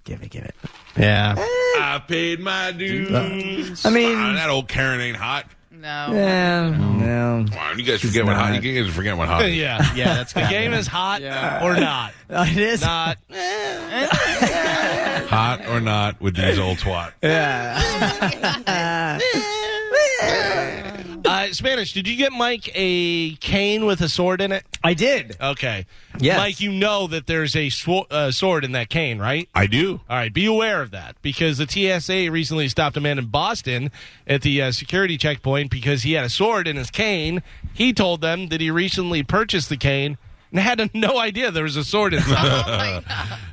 Speaker 7: give it, give it.
Speaker 6: Yeah.
Speaker 3: I paid my dues.
Speaker 7: I mean-
Speaker 3: Ah, that old Karen ain't hot.
Speaker 9: No.
Speaker 7: Yeah, no.
Speaker 3: Wow, you guys forget what hot.
Speaker 7: not.
Speaker 3: You guys forget what hot. is.
Speaker 4: Yeah. Uh,
Speaker 6: Yeah, that's
Speaker 4: The game is hot or not.
Speaker 7: It is.
Speaker 4: Not.
Speaker 3: Hot or not with these old twat.
Speaker 4: Uh, Spanish, did you get Mike a cane with a sword in it?
Speaker 7: I did.
Speaker 4: Okay.
Speaker 7: Yes.
Speaker 4: Mike, you know that there's a swo- uh, sword in that cane, right?
Speaker 3: I do.
Speaker 4: All right, be aware of that because the TSA recently stopped a man in Boston at the uh, security checkpoint because he had a sword in his cane. He told them that he recently purchased the cane and had no idea there was a sword inside.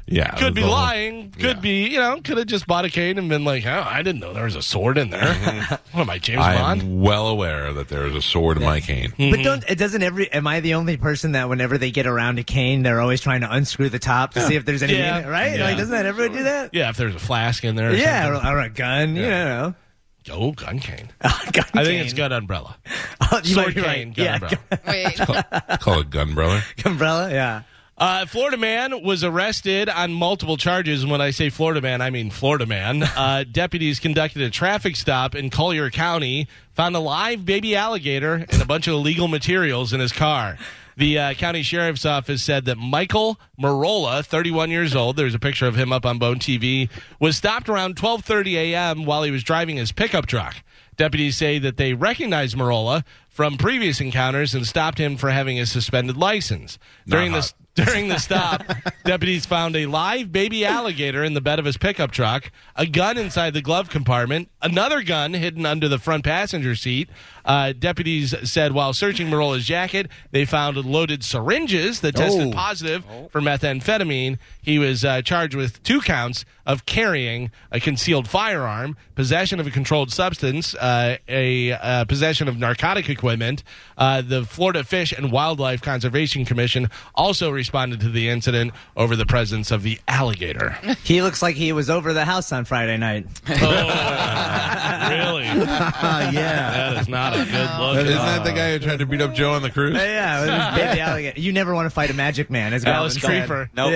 Speaker 3: Yeah.
Speaker 4: could be
Speaker 3: the whole-
Speaker 4: lying, could
Speaker 3: yeah.
Speaker 4: be, you know, could have just bought a cane and been like, oh, I didn't know there was a sword in there. what am Mm-hmm. I, James
Speaker 3: I
Speaker 4: Bond?
Speaker 3: am well aware that there is a sword in my cane.
Speaker 4: Mm-hmm.
Speaker 7: But don't it doesn't every am I the only person that whenever they get around a cane they're always trying to unscrew the top to see if there's anything
Speaker 4: Yeah.
Speaker 7: in it, right?
Speaker 4: Yeah.
Speaker 7: Like doesn't that everyone do that?
Speaker 4: Yeah, if there's a flask in there. Or
Speaker 7: Yeah, or, or a gun, you know.
Speaker 4: Something. Oh, gun cane.
Speaker 7: gun
Speaker 4: I
Speaker 7: cane.
Speaker 4: think it's gun umbrella.
Speaker 7: Oh, you
Speaker 4: Sword
Speaker 7: might be right.
Speaker 4: cane, gun
Speaker 7: yeah,
Speaker 4: umbrella.
Speaker 9: Wait.
Speaker 3: Call it gun, brother.
Speaker 7: gun umbrella. Yeah.
Speaker 4: Uh, Florida man was arrested on multiple charges. And when I say Florida man, I mean Florida man. Uh, deputies conducted a traffic stop in Collier County, found a live baby alligator and a bunch of illegal materials in his car. The uh, county sheriff's office said that Michael Marola, 31 years old, there's a picture of him up on Bone TV, was stopped around 12:30 a.m. while he was driving his pickup truck. Deputies say that they recognized Marola from previous encounters and stopped him for having a suspended license. During this,
Speaker 3: hot.
Speaker 4: during the stop, deputies found a live baby alligator in the bed of his pickup truck, a gun inside the glove compartment, another gun hidden under the front passenger seat. Uh, deputies said while searching Marola's jacket, they found loaded syringes that tested positive for methamphetamine. He was uh, charged with two counts of carrying a concealed firearm, possession of a controlled substance, uh, a uh, possession of narcotic equipment. Uh, the Florida Fish and Wildlife Conservation Commission also responded to the incident over the presence of the alligator.
Speaker 7: He looks like he was over the house on Friday night.
Speaker 4: Oh, really?
Speaker 6: Uh, yeah.
Speaker 4: That is not a good
Speaker 3: Isn't
Speaker 4: look.
Speaker 3: that the guy who tried to beat up Joe on the cruise?
Speaker 7: Oh, yeah, it was baby alligator. You never want to fight a magic man. As
Speaker 4: Alice
Speaker 7: Goblin said.
Speaker 4: Creeper.
Speaker 7: Nope.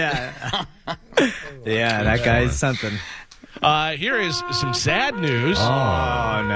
Speaker 7: Yeah. yeah, that guy's something.
Speaker 4: Uh, here is some sad news.
Speaker 7: Oh no.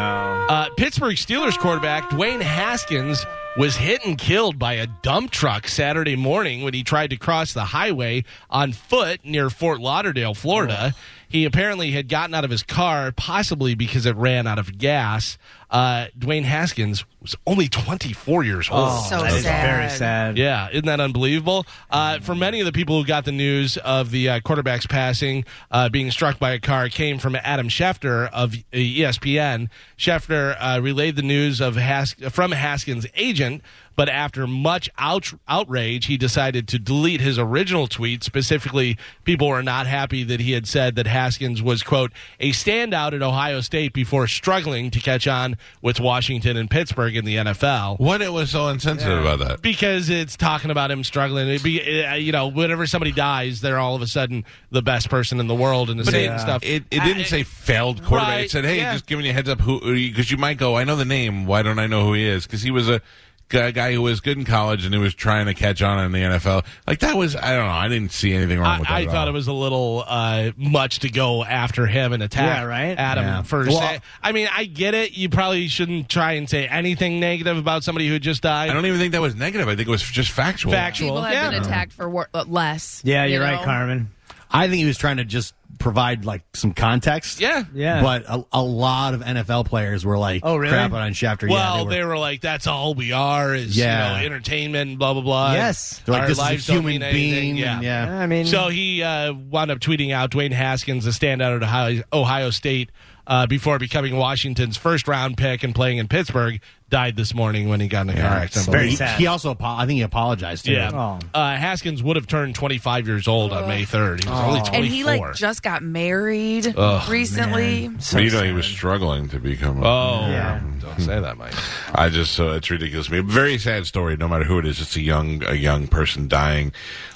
Speaker 4: Uh, Pittsburgh Steelers quarterback Dwayne Haskins was hit and killed by a dump truck Saturday morning when he tried to cross the highway on foot near Fort Lauderdale, Florida. He apparently had gotten out of his car, possibly because it ran out of gas. Uh, Dwayne Haskins was only 24 years old.
Speaker 9: so
Speaker 7: That is
Speaker 9: sad.
Speaker 7: very sad.
Speaker 4: Yeah, isn't that unbelievable? Uh, for many of the people who got the news of the uh, quarterback's passing, uh, being struck by a car, came from Adam Schefter of E ESPN. Schefter uh, relayed the news of Has- from Haskins' agent, but after much out- outrage, he decided to delete his original tweet. Specifically, people were not happy that he had said that Haskins was quote a standout at Ohio State before struggling to catch on with Washington and Pittsburgh in the NFL
Speaker 3: What it was so insensitive about that?
Speaker 4: because it's talking about him struggling. It'd be, uh, you know, whenever somebody dies, they're all of a sudden the best person in the world and the same
Speaker 3: it,
Speaker 4: stuff.
Speaker 3: It, it didn't
Speaker 4: I-
Speaker 3: say failed quarterback.
Speaker 4: Right,
Speaker 3: it said, hey,
Speaker 4: yeah.
Speaker 3: just giving you a heads up who, because you might go, I know the name. Why don't I know who he is? Because he was a gu- guy who was good in college and who was trying to catch on in the NFL. Like that was, I don't know. I didn't see anything wrong
Speaker 4: I,
Speaker 3: with that.
Speaker 4: I
Speaker 3: at
Speaker 4: thought
Speaker 3: all.
Speaker 4: it was a little uh, much to go after him and attack
Speaker 7: Yeah, right?
Speaker 4: Adam
Speaker 7: Yeah.
Speaker 4: for.
Speaker 7: Well-
Speaker 4: say- I mean, I get it. You probably shouldn't try and say anything negative about somebody who just died.
Speaker 3: I don't even think that was negative. I think it was just factual.
Speaker 4: Factual.
Speaker 9: People have
Speaker 4: Yeah.
Speaker 9: been attacked for wor- uh, less.
Speaker 7: Yeah,
Speaker 9: you
Speaker 7: you're right,
Speaker 9: know?
Speaker 7: Carmen.
Speaker 6: I think he was trying to just provide like some context.
Speaker 4: Yeah.
Speaker 7: Yeah.
Speaker 6: But a, a lot of NFL players were like,
Speaker 7: Oh, really?
Speaker 6: crapping on Shafter.
Speaker 4: Well,
Speaker 6: yeah,
Speaker 4: they, were, like, "That's all we are is you
Speaker 6: Yeah.
Speaker 4: know entertainment, blah blah blah."
Speaker 7: Yes.
Speaker 6: They're
Speaker 4: our
Speaker 6: like, this
Speaker 4: lives
Speaker 6: is a
Speaker 4: don't
Speaker 6: human
Speaker 4: mean anything.
Speaker 6: being. and
Speaker 4: yeah.
Speaker 7: I mean,
Speaker 4: So he uh, wound up tweeting out Dwayne Haskins, a standout at Ohio, Ohio State, uh, before becoming Washington's first round pick and playing in Pittsburgh, died this morning when he got in a car accident.
Speaker 7: Very
Speaker 6: he,
Speaker 7: sad.
Speaker 6: he also, apo- I think he apologized to
Speaker 4: Yeah.
Speaker 7: Oh.
Speaker 4: Uh, Haskins would have turned 25 years old on May 3rd. He was only 24.
Speaker 9: Oh. And he like just got married recently.
Speaker 3: But you know, he was struggling to become. A,
Speaker 4: oh,
Speaker 7: Yeah.
Speaker 4: don't say that, Mike.
Speaker 3: I just uh, it's ridiculous to me. Very sad story. No matter who it is, it's a young a young person dying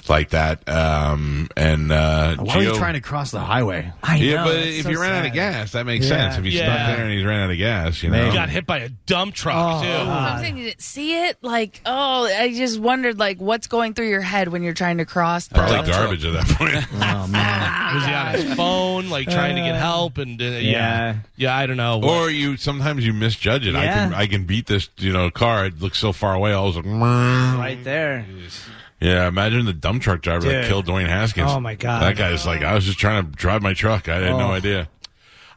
Speaker 3: like that. Um, and uh,
Speaker 6: Why are you
Speaker 3: Gio-
Speaker 6: trying to cross the highway?
Speaker 7: I know.
Speaker 3: Yeah, but
Speaker 7: it's
Speaker 3: if
Speaker 7: so
Speaker 3: you ran out of
Speaker 7: sad.
Speaker 3: gas, that makes
Speaker 7: Yeah.
Speaker 3: sense. If he's
Speaker 4: Yeah.
Speaker 3: stuck there and he's ran out of gas, you know.
Speaker 4: He got hit by a dump
Speaker 7: Oh.
Speaker 4: truck, too.
Speaker 9: I'm saying you didn't see it. Like, oh, I just wondered, like, what's going through your head when you're trying to cross. The,
Speaker 3: Probably garbage at that point.
Speaker 4: Was he on his phone, like trying to get help? And uh, yeah. yeah,
Speaker 7: Yeah.
Speaker 4: I don't know.
Speaker 3: Or you sometimes you misjudge it. I
Speaker 7: Yeah.
Speaker 3: can I can beat this you know car. It looks so far away. I was like, "Meh."
Speaker 7: Right there.
Speaker 4: Mm.
Speaker 3: yeah. Imagine the dump truck driver that
Speaker 7: Dude.
Speaker 3: killed Dwayne Haskins.
Speaker 7: Oh, my God. Oh.
Speaker 3: That guy's like, I was just trying to drive my truck. I had no idea.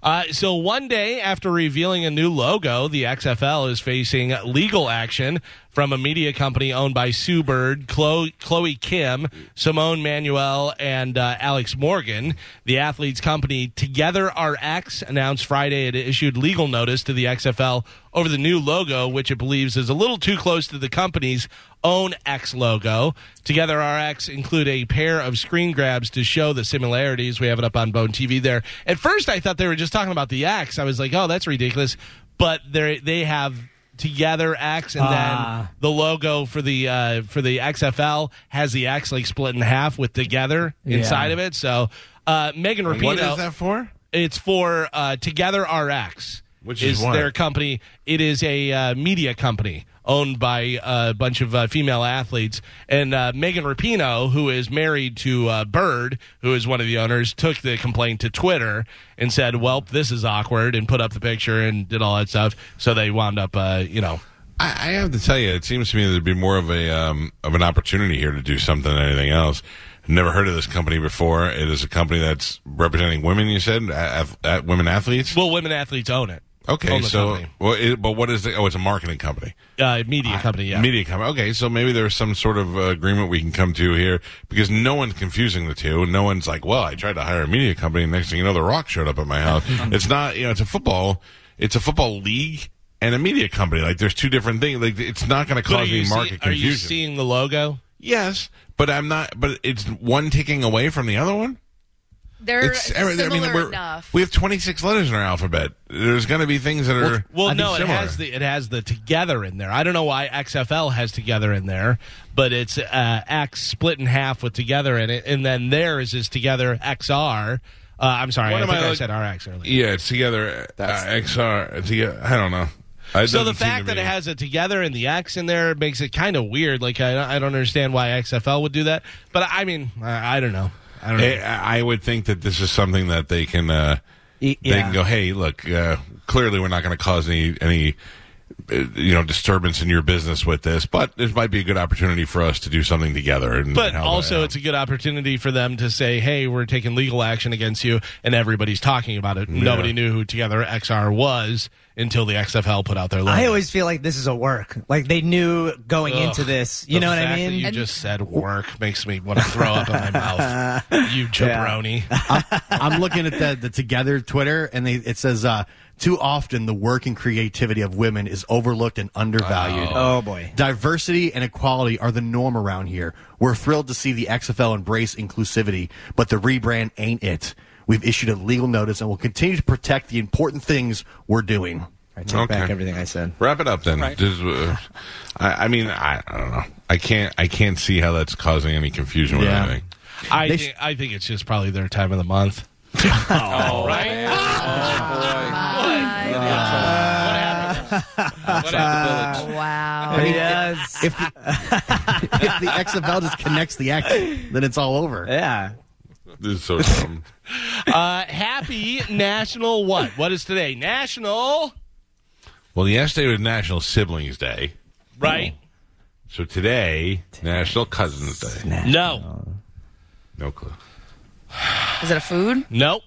Speaker 4: Uh, so one day after revealing a new logo, the XFL is facing legal action from a media company owned by Sue Bird, Chloe, Chloe Kim, Simone Manuel, and uh, Alex Morgan. The athletes' company, Together RX, announced Friday it issued legal notice to the XFL over the new logo, which it believes is a little too close to the company's own X logo. Together RX include a pair of screen grabs to show the similarities. We have it up on Bone TV there. At first, I thought they were just talking about the X. I was like, oh, that's ridiculous. But they they have together X, and then
Speaker 7: Ah.
Speaker 4: the logo for the uh, for the XFL has the X like split in half with together inside of it. So uh, Megan Rapinoe,
Speaker 3: What is that for?
Speaker 4: it's for uh, Together RX,
Speaker 3: Which is what?
Speaker 4: their company. It is a uh, media company owned by a bunch of uh, female athletes. And uh, Megan Rapinoe, who is married to uh, Bird, who is one of the owners, took the complaint to Twitter and said, "Welp, this is awkward," and put up the picture and did all that stuff. So they wound up, uh, you know.
Speaker 3: I, I have to tell you, it seems to me there'd be more of a um, of an opportunity here to do something than anything else. Never heard of this company before. It is a company that's representing women. You said at, at women athletes.
Speaker 4: Well, women athletes own it.
Speaker 3: okay,
Speaker 4: own the
Speaker 3: so
Speaker 4: company.
Speaker 3: well, it, but what is the? Oh, it's a marketing company.
Speaker 4: Uh, media company, yeah.
Speaker 3: Media company. Okay, so maybe there's some sort of uh, agreement we can come to here because no one's confusing the two. No one's like, well, I tried to hire a media company, and next thing you know, The Rock showed up at my house. it's not, you know, it's a football, it's a football league and a media company. Like, there's two different things. Like, it's not going to
Speaker 4: But are
Speaker 3: cause
Speaker 4: you
Speaker 3: any
Speaker 4: see-
Speaker 3: market
Speaker 4: are you
Speaker 3: confusion.
Speaker 4: seeing the logo?
Speaker 3: yes, but I'm not. But it's one taking away from the other one.
Speaker 9: They're
Speaker 3: It's I mean,
Speaker 9: similar
Speaker 3: we're-
Speaker 9: enough.
Speaker 3: we have 26 letters in our alphabet. There's going to be things that are
Speaker 4: Well,
Speaker 3: I think,
Speaker 4: no, it
Speaker 3: similar.
Speaker 4: has the it has the together in there. I don't know why XFL has together in there, but it's uh, X split in half with together in it, and then theirs is together XR. Uh, I'm sorry,
Speaker 3: What
Speaker 4: I
Speaker 3: am
Speaker 4: think
Speaker 3: I
Speaker 4: I,
Speaker 3: like-
Speaker 4: said RX earlier.
Speaker 3: Yeah, it's together. Uh, XR. It's together, I don't know. It
Speaker 4: So
Speaker 3: doesn't
Speaker 4: the
Speaker 3: seem
Speaker 4: fact
Speaker 3: to
Speaker 4: that
Speaker 3: me-
Speaker 4: it has a together and the X in there makes it kind of weird. Like I, I don't understand why XFL would do that, but I mean, I, I don't know. I don't know.
Speaker 3: Hey, I I would think that this is something that they can uh,
Speaker 7: Y-
Speaker 3: they
Speaker 7: yeah.
Speaker 3: can go. Hey, look. Uh, clearly, we're not going to cause any any uh, you know disturbance in your business with this, but this might be a good opportunity for us to do something together. And
Speaker 4: But
Speaker 3: how-
Speaker 4: also,
Speaker 3: uh,
Speaker 4: it's a good opportunity for them to say, "Hey, we're taking legal action against you," and everybody's talking about it. Nobody knew who Together XR was until the XFL put out their logo.
Speaker 7: I always feel like this is a work. Like they knew going into this.
Speaker 4: The
Speaker 7: You know what I
Speaker 4: fact that
Speaker 7: mean?
Speaker 4: you
Speaker 9: And-
Speaker 4: just said "work" makes me want to throw up in my mouth. You jabroni!
Speaker 6: I'm looking at the, the together Twitter, and they, it says uh, too often the work and creativity of women is overlooked and undervalued.
Speaker 7: Oh, boy.
Speaker 6: Diversity and equality are the norm around here. We're thrilled to see the XFL embrace inclusivity, but the rebrand ain't it. We've issued a legal notice and will continue to protect the important things we're doing.
Speaker 7: I take back everything I said.
Speaker 3: wrap it up then. Just, uh, I, I mean, I, I don't know. I can't I can't see how that's causing any confusion with
Speaker 6: Yeah.
Speaker 3: anything.
Speaker 4: I
Speaker 6: They
Speaker 4: think, I think it's just probably their time of the month.
Speaker 9: wow.
Speaker 6: I mean,
Speaker 7: Yes.
Speaker 6: If the, if the XFL just connects the X, then it's all over.
Speaker 7: yeah.
Speaker 3: This is so dumb.
Speaker 4: Uh, happy National what? What is today? National
Speaker 3: well, yesterday was National Siblings Day,
Speaker 4: right?
Speaker 3: so today National Cousins Day.
Speaker 4: No,
Speaker 3: No clue.
Speaker 9: Is it a food?
Speaker 4: no.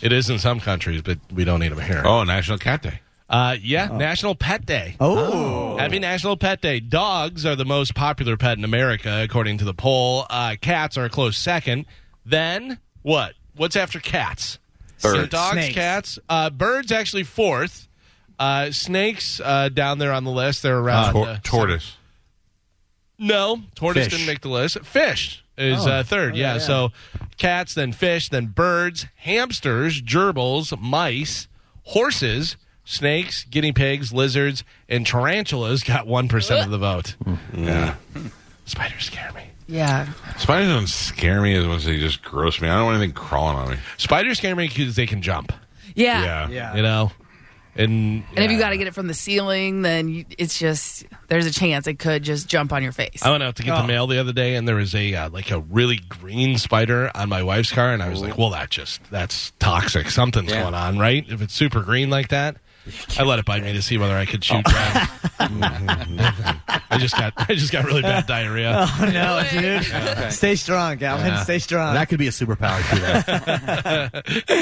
Speaker 4: It is in some countries, but we don't need them here.
Speaker 3: Oh, National Cat Day.
Speaker 4: Uh, yeah, National Pet Day.
Speaker 7: Oh.
Speaker 4: Happy National Pet Day. Dogs are the most popular pet in America, according to the poll. Uh, cats are a close second. Then what? What's after cats? So dogs,
Speaker 7: Snakes.
Speaker 4: cats, uh, birds actually fourth. Uh, snakes uh, down there on the list. They're around.
Speaker 3: Tor-
Speaker 4: uh,
Speaker 3: tortoise.
Speaker 4: No, tortoise
Speaker 6: Fish.
Speaker 4: didn't make the list. Fish is uh, third. yeah, So cats, then fish, then birds, hamsters, gerbils, mice, horses, snakes, guinea pigs, lizards, and tarantulas got one percent of the vote.
Speaker 3: Yeah.
Speaker 4: Spiders scare me.
Speaker 9: Yeah.
Speaker 3: Spiders don't scare me as much as they just gross me. I don't want anything crawling on me.
Speaker 4: Spiders scare me because they can jump.
Speaker 9: Yeah.
Speaker 7: Yeah.
Speaker 4: You know, and
Speaker 9: And if you got to get it from the ceiling, then you, it's just there's a chance it could just jump on your face.
Speaker 4: I went out to get the mail the other day, and there was a uh, like a really green spider on my wife's car, and I was like, "Well, that just that's toxic. Something's going on, right? If it's super green like that." I let it bite me to see whether I could shoot. rounds. I just got I just got really bad diarrhea.
Speaker 7: Oh, no, dude. Stay strong, Calvin. Stay strong.
Speaker 6: Uh, That could be a superpower. Too, though.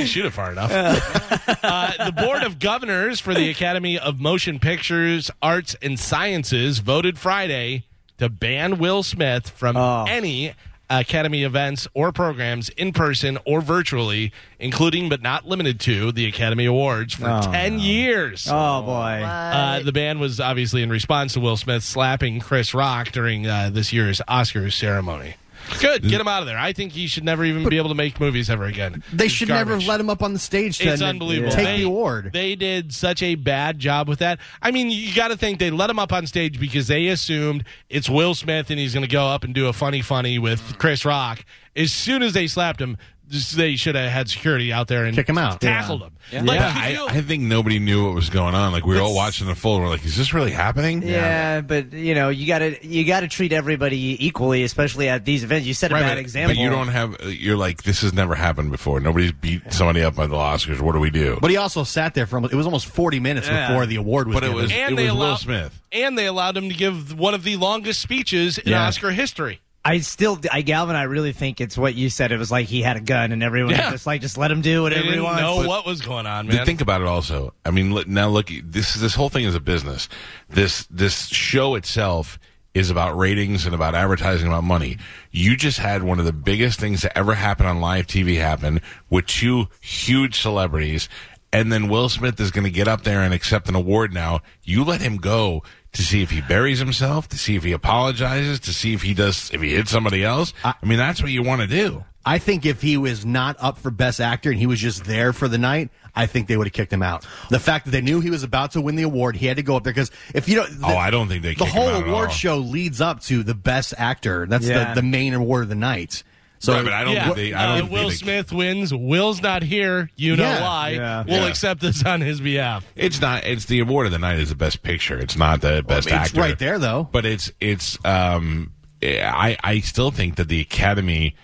Speaker 4: shoot it far enough. uh, the Board of Governors for the Academy of Motion Pictures, Arts, and Sciences voted Friday to ban Will Smith from any Academy events or programs in person or virtually, including but not limited to the Academy Awards for 10 years.
Speaker 7: oh, boy.
Speaker 4: Uh, the ban was obviously in response to Will Smith slapping Chris Rock during uh, this year's Oscars ceremony. Good, get him out of there. I think he should never even be able to make movies ever again.
Speaker 6: they
Speaker 4: He's
Speaker 6: should
Speaker 4: garbage.
Speaker 6: never have let him up on the stage. To
Speaker 4: It's unbelievable.
Speaker 6: Take
Speaker 4: They-
Speaker 6: the award.
Speaker 4: They did such a bad job with that. I mean, you got to think they let him up on stage because they assumed it's Will Smith and he's going to go up and do a funny funny with Chris Rock. As soon as they slapped him, just- they should have had security out there and
Speaker 6: Kick him out.
Speaker 4: tackled him. Like,
Speaker 3: Yeah,
Speaker 4: you know-
Speaker 3: I, I think nobody knew what was going on. Like we were all watching the full. We're like, is this really happening?
Speaker 7: Yeah, but you know you gotta you gotta treat everybody equally, especially at these events. You set a
Speaker 3: Right,
Speaker 7: bad
Speaker 3: but,
Speaker 7: example.
Speaker 3: but you don't have. uh, You're like, this has never happened before. Nobody's beat somebody up by the Oscars. What do we do?
Speaker 6: But he also sat there for almost, it was almost 40 minutes
Speaker 7: Yeah.
Speaker 6: before the award was
Speaker 3: But it
Speaker 6: given.
Speaker 3: was
Speaker 4: And
Speaker 3: it
Speaker 4: they
Speaker 3: was
Speaker 4: allow-
Speaker 3: Will Smith.
Speaker 4: and they allowed him to give one of the longest speeches in
Speaker 6: Yeah.
Speaker 4: Oscar history.
Speaker 7: I still, I Galvin, I really think it's what you said. It was like he had a gun, and everyone
Speaker 4: Yeah.
Speaker 7: just like just let him do
Speaker 4: They
Speaker 7: whatever he
Speaker 4: didn't
Speaker 7: wants.
Speaker 4: know what was going on,
Speaker 3: Th-
Speaker 4: man.
Speaker 3: Think about it. Also, I mean, look, now look. This this whole thing is a business. This this show itself is about ratings and about advertising, about money. You just had one of the biggest things to ever happen on live TV happen with two huge celebrities, and then Will Smith is going to get up there and accept an award. Now you let him go to see if he buries himself, to see if he apologizes, to see if he does if he hits somebody else. I, mean, that's what you want to do.
Speaker 6: I think if he was not up for Best Actor and he was just there for the night, I think they would have kicked him out. The fact that they knew he was about to win the award, he had to go up there because if you don't, the,
Speaker 3: oh, I don't think they
Speaker 6: the
Speaker 3: kick him
Speaker 6: whole
Speaker 3: out at
Speaker 6: award
Speaker 3: all.
Speaker 6: show leads up to the Best Actor. That's
Speaker 7: Yeah.
Speaker 6: the, the main award of the night. So
Speaker 3: Right, but I don't
Speaker 4: yeah,
Speaker 3: think they. I
Speaker 4: uh,
Speaker 3: don't think
Speaker 4: Will
Speaker 3: they-
Speaker 4: Smith wins. Will's not here. You
Speaker 6: Yeah.
Speaker 4: know why?
Speaker 7: Yeah.
Speaker 4: We'll
Speaker 3: Yeah.
Speaker 4: accept this on his behalf.
Speaker 3: It's not. It's the award of the night is the best picture. It's not the best
Speaker 6: it's
Speaker 3: actor.
Speaker 6: right there though.
Speaker 3: But it's it's. Um, I I still think that the Academy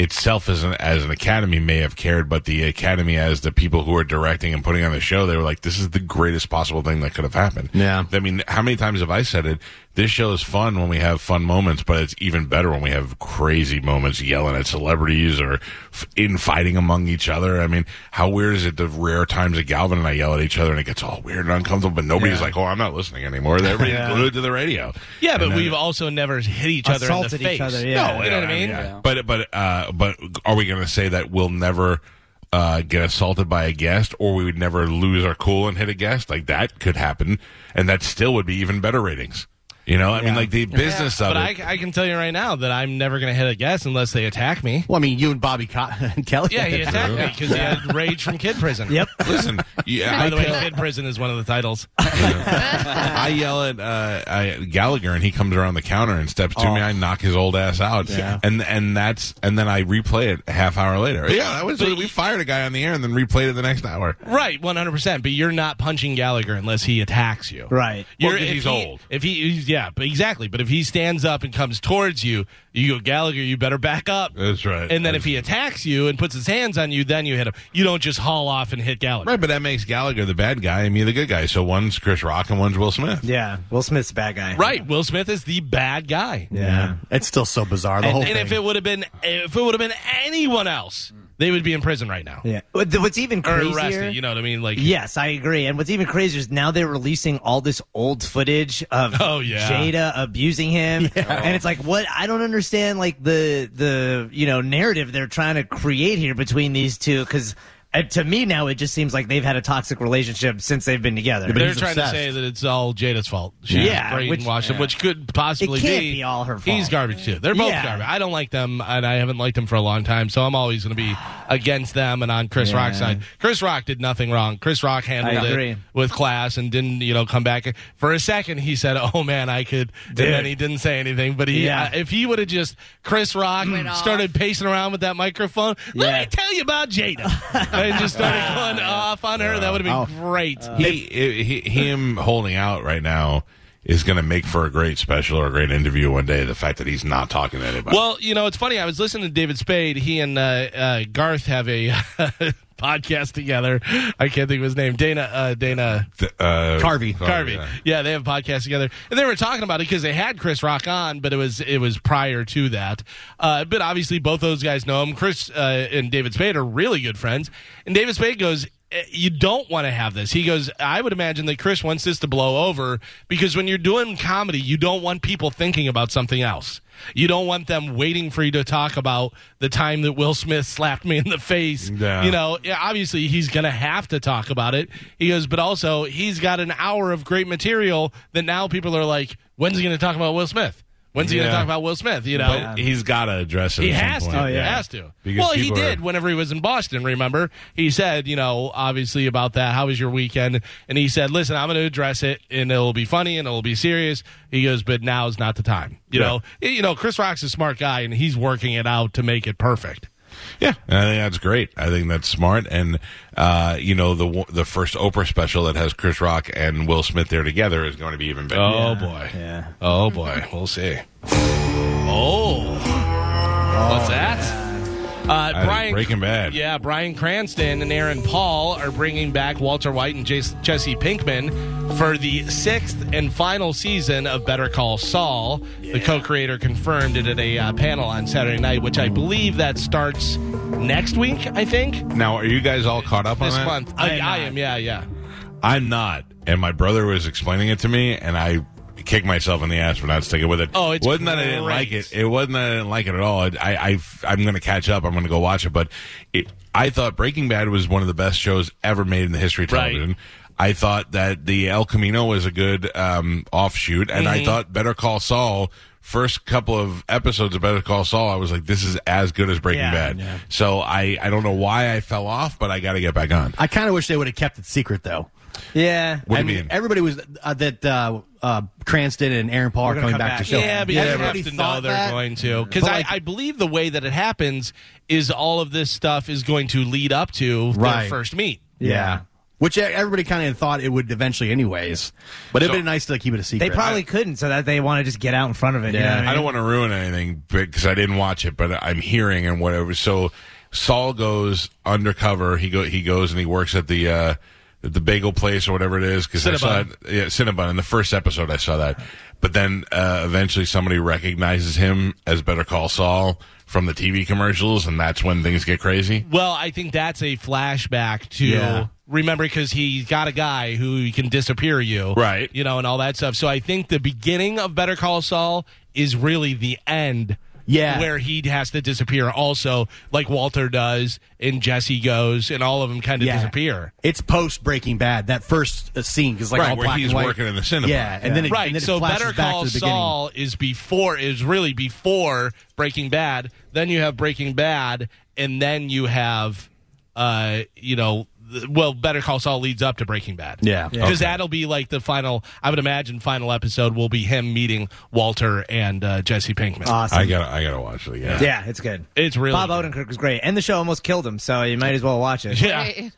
Speaker 3: itself as an as an Academy may have cared, but the Academy as the people who are directing and putting on the show, they were like, this is the greatest possible thing that could have happened.
Speaker 6: Yeah.
Speaker 3: I mean, how many times have I said it? This show is fun when we have fun moments, but it's even better when we have crazy moments yelling at celebrities or f- infighting among each other. I mean, how weird is it the rare times that Galvin and I yell at each other and it gets all weird and uncomfortable, but nobody's like, oh, I'm not listening anymore. They're really glued to the radio.
Speaker 4: Yeah,
Speaker 3: And
Speaker 4: but
Speaker 3: then-
Speaker 4: we've also never hit each other
Speaker 7: Assaulted
Speaker 4: in the
Speaker 7: each
Speaker 4: face.
Speaker 7: other, yeah.
Speaker 4: No, Oh, you know what I mean?
Speaker 3: yeah. But but uh, but are we going to say that we'll never uh, get assaulted by a guest, or we would never lose our cool and hit a guest? Like that could happen, and that still would be even better ratings. You know, I mean, like the business of
Speaker 4: But
Speaker 3: it.
Speaker 4: I, I can tell you right now that I'm never going to hit a guest unless they attack me.
Speaker 6: well, I mean, you and Bobby Co- and Kelly.
Speaker 4: Yeah, he attacked me because he had rage from kid prison. Yep.
Speaker 3: Listen, yeah,
Speaker 4: By
Speaker 3: I,
Speaker 4: the way, kid prison is one of the titles.
Speaker 3: I yell at uh, I, Gallagher, and he comes around the counter and steps to
Speaker 4: Oh.
Speaker 3: me. I knock his old ass out, and and that's and then I replay it a half hour later. Yeah, that was we fired a guy on the air and then replayed it the next hour.
Speaker 4: Right, 100%. But you're not punching Gallagher unless he attacks you.
Speaker 7: Right.
Speaker 4: You're,
Speaker 3: Well, 'cause
Speaker 4: if
Speaker 3: he's
Speaker 4: he-
Speaker 3: old.
Speaker 4: If he, he's- yeah, but exactly. But if he stands up and comes towards you, you go Gallagher. You better back up.
Speaker 3: That's right.
Speaker 4: And then if he attacks you and puts his hands on you, then you hit him. You don't just haul off and hit Gallagher.
Speaker 3: Right, but that makes Gallagher the bad guy and me the good guy. So one's Chris Rock and one's Will Smith.
Speaker 7: Yeah, Will Smith's a bad guy.
Speaker 4: Right, Will Smith is the bad guy.
Speaker 7: Yeah.
Speaker 6: It's still so bizarre. The
Speaker 4: And,
Speaker 6: whole
Speaker 4: and
Speaker 6: thing.
Speaker 4: if it would have been, if it would have been anyone else, they would be in prison right now
Speaker 7: Yeah. What- What's even
Speaker 4: or
Speaker 7: crazier?
Speaker 4: arrested. You know what I mean? Like,
Speaker 7: Yes, I agree. And what's even crazier is now they're releasing all this old footage of
Speaker 4: Oh, yeah.
Speaker 7: Jada abusing him, and it's like, what? I don't understand, like the the you know narrative they're trying to create here between these two because. uh, to me now, it just seems like they've had a toxic relationship since they've been together.
Speaker 6: but
Speaker 4: They're
Speaker 6: he's
Speaker 4: trying
Speaker 6: obsessed.
Speaker 4: to say that it's all Jada's fault. She
Speaker 7: Yeah,
Speaker 4: brainwashed
Speaker 7: which-
Speaker 4: which, him,
Speaker 7: yeah.
Speaker 4: which could possibly
Speaker 7: It can't be all her fault.
Speaker 4: He's garbage too. They're both
Speaker 7: Yeah.
Speaker 4: garbage. I don't like them, and I haven't liked them for a long time. So I'm always going to be against them and on Chris
Speaker 7: Yeah.
Speaker 4: Rock's side. Chris Rock did nothing wrong. Chris Rock handled
Speaker 7: I
Speaker 4: it
Speaker 7: agree.
Speaker 4: with class and didn't, you know, come back for a second. He said, "Oh man, I could," and then he didn't say anything. But he,
Speaker 7: Yeah.
Speaker 4: uh, if he would have just Chris Rock
Speaker 9: off.
Speaker 4: started pacing around with that microphone, let
Speaker 7: Yeah.
Speaker 4: me tell you about Jada, and just started going off on her, that would
Speaker 6: Oh.
Speaker 4: have been great.
Speaker 6: Uh,
Speaker 3: he, he, him holding out right now is going to make for a great special or a great interview one day. The fact that he's not talking to anybody.
Speaker 4: Well, you know, it's funny. I was listening to David Spade. He and uh, uh, Garth have a podcast together. I can't think of his name. Dana. Uh, Dana.
Speaker 3: Th- uh,
Speaker 6: Carvey.
Speaker 4: Carvey.
Speaker 3: yeah.
Speaker 4: Yeah. they have a podcast together, and they were talking about it because they had Chris Rock on, but it was it was prior to that. Uh, but obviously, both those guys know him. Chris uh, and David Spade are really good friends, and David Spade goes. "Eh, You don't want to have this. He goes, I would imagine that Chris wants this to blow over because when you're doing comedy, you don't want people thinking about something else. You don't want them waiting for you to talk about the time that Will Smith slapped me in the face.
Speaker 3: Yeah.
Speaker 4: You know, know, yeah, obviously he's going to have to talk about it. He goes, but also he's got an hour of great material that now people are like, when's he going to talk about Will Smith? When's he going
Speaker 3: Yeah.
Speaker 4: to talk about Will Smith? You know,
Speaker 3: But he's got to address it.
Speaker 4: Um, he
Speaker 3: at some
Speaker 4: has
Speaker 3: point.
Speaker 4: to.
Speaker 7: Oh,
Speaker 4: He
Speaker 7: yeah.
Speaker 4: has to.
Speaker 3: Because
Speaker 4: well, he
Speaker 3: people
Speaker 4: did
Speaker 3: are-
Speaker 4: whenever he was in Boston, remember? He said, you know, obviously about that. How was your weekend? And he said, listen, I'm going to address it and it'll be funny and it'll be serious. He goes, but now is not the time. You
Speaker 3: Yeah.
Speaker 4: know, you know, Chris Rock's a smart guy and he's working it out to make it perfect.
Speaker 3: Yeah, I think that's great. I think that's smart, and uh, you know the w- the first Oprah special that has Chris Rock and Will Smith there together is going to be even better.
Speaker 4: Oh boy.
Speaker 7: yeah.
Speaker 4: Oh boy. We'll see. Oh. What's that? Uh, Brian
Speaker 3: Breaking Bad.
Speaker 4: Yeah, Brian Cranston and Aaron Paul are bringing back Walter White and Jas- Jesse Pinkman for the sixth and final season of Better Call Saul. The co-creator confirmed it at a uh, panel on Saturday night, which I believe that starts next week. I think
Speaker 3: Now, are you guys all caught up on
Speaker 4: this
Speaker 3: that?
Speaker 4: month. I,
Speaker 7: am
Speaker 4: I
Speaker 7: not.
Speaker 4: am. Yeah, yeah.
Speaker 3: I'm not, and my brother was explaining it to me, and I kicked myself in the ass for not sticking with it.
Speaker 4: Oh, it's
Speaker 3: wasn't that I didn't like it.
Speaker 4: great.
Speaker 3: It wasn't that I didn't like it at all. It- I, I am going to catch up. I'm going to go watch it. But it, I thought Breaking Bad was one of the best shows ever made in the history of
Speaker 4: Right.
Speaker 3: television. I thought that the El Camino was a good um, offshoot, and
Speaker 4: Mm-hmm.
Speaker 3: I thought Better Call Saul. First couple of episodes of Better Call Saul, I was like, "This is as good as Breaking
Speaker 7: Yeah.
Speaker 3: Bad." So I, I don't know why I fell off, but I got to get back on.
Speaker 6: I kind of wish they would have kept it secret, though.
Speaker 7: Yeah.
Speaker 3: What
Speaker 6: I
Speaker 3: do you
Speaker 6: mean,
Speaker 3: mean?
Speaker 6: everybody was uh, that uh, uh, Cranston and Aaron Paul are
Speaker 7: gonna
Speaker 6: coming
Speaker 7: come
Speaker 6: back,
Speaker 7: back.
Speaker 6: to show.
Speaker 4: Yeah, but
Speaker 6: I
Speaker 4: you have
Speaker 6: already
Speaker 4: to know
Speaker 6: thought
Speaker 4: they're
Speaker 6: that.
Speaker 4: going to. Because
Speaker 6: But,
Speaker 4: I,
Speaker 6: like-
Speaker 4: I believe the way that it happens is all of this stuff is going to lead up to their
Speaker 6: Right.
Speaker 4: first meet.
Speaker 6: Yeah. Which e- everybody kind of thought it would eventually, anyways. But it'd
Speaker 3: So-
Speaker 6: been nice to keep it a secret.
Speaker 7: They probably couldn't, so that they want to just get out in front of it. you know
Speaker 6: Yeah.
Speaker 7: what
Speaker 3: I don't want to ruin anything because I didn't watch it, but I'm hearing and whatever. So Saul goes undercover. He go he goes and he works at the uh, at the bagel place or whatever it is. Because I saw it,
Speaker 4: Cinnabon.
Speaker 3: yeah, Cinnabon. In the first episode, I saw that, but then uh, eventually somebody recognizes him as Better Call Saul from the TV commercials, and that's when things get crazy.
Speaker 4: Well, I think that's a flashback to
Speaker 6: Yeah.
Speaker 4: remember because he got a guy who can disappear you,
Speaker 3: Right.
Speaker 4: You know, and all that stuff. So I think the beginning of Better Call Saul is really the end.
Speaker 6: Yeah.
Speaker 4: where he has to disappear. Also, like Walter does, and Jesse goes, and all of them kind of
Speaker 6: Yeah.
Speaker 4: disappear.
Speaker 6: It's post Breaking Bad that first uh, scene because like
Speaker 3: Right,
Speaker 6: all
Speaker 3: where
Speaker 6: black
Speaker 3: he's
Speaker 6: and white.
Speaker 3: working in the cinema.
Speaker 6: Yeah, and then it,
Speaker 4: right.
Speaker 6: and then it
Speaker 4: so
Speaker 6: flashes
Speaker 4: Better
Speaker 6: back
Speaker 4: Call
Speaker 6: to the beginning.
Speaker 4: Saul is before is really before Breaking Bad. Then you have Breaking Bad, and then you have, uh, you know, th- well, Better Call Saul leads up to Breaking Bad.
Speaker 6: Yeah. Yeah.
Speaker 4: because that'll be like the final. I would imagine final episode will be him meeting Walter and uh, Jesse Pinkman.
Speaker 7: Awesome.
Speaker 3: I gotta I gotta watch it again.
Speaker 7: yeah, it's good.
Speaker 4: It's really
Speaker 7: Bob
Speaker 4: good.
Speaker 7: Odenkirk was great, and the show almost killed him, so you might as well watch it.
Speaker 4: yeah.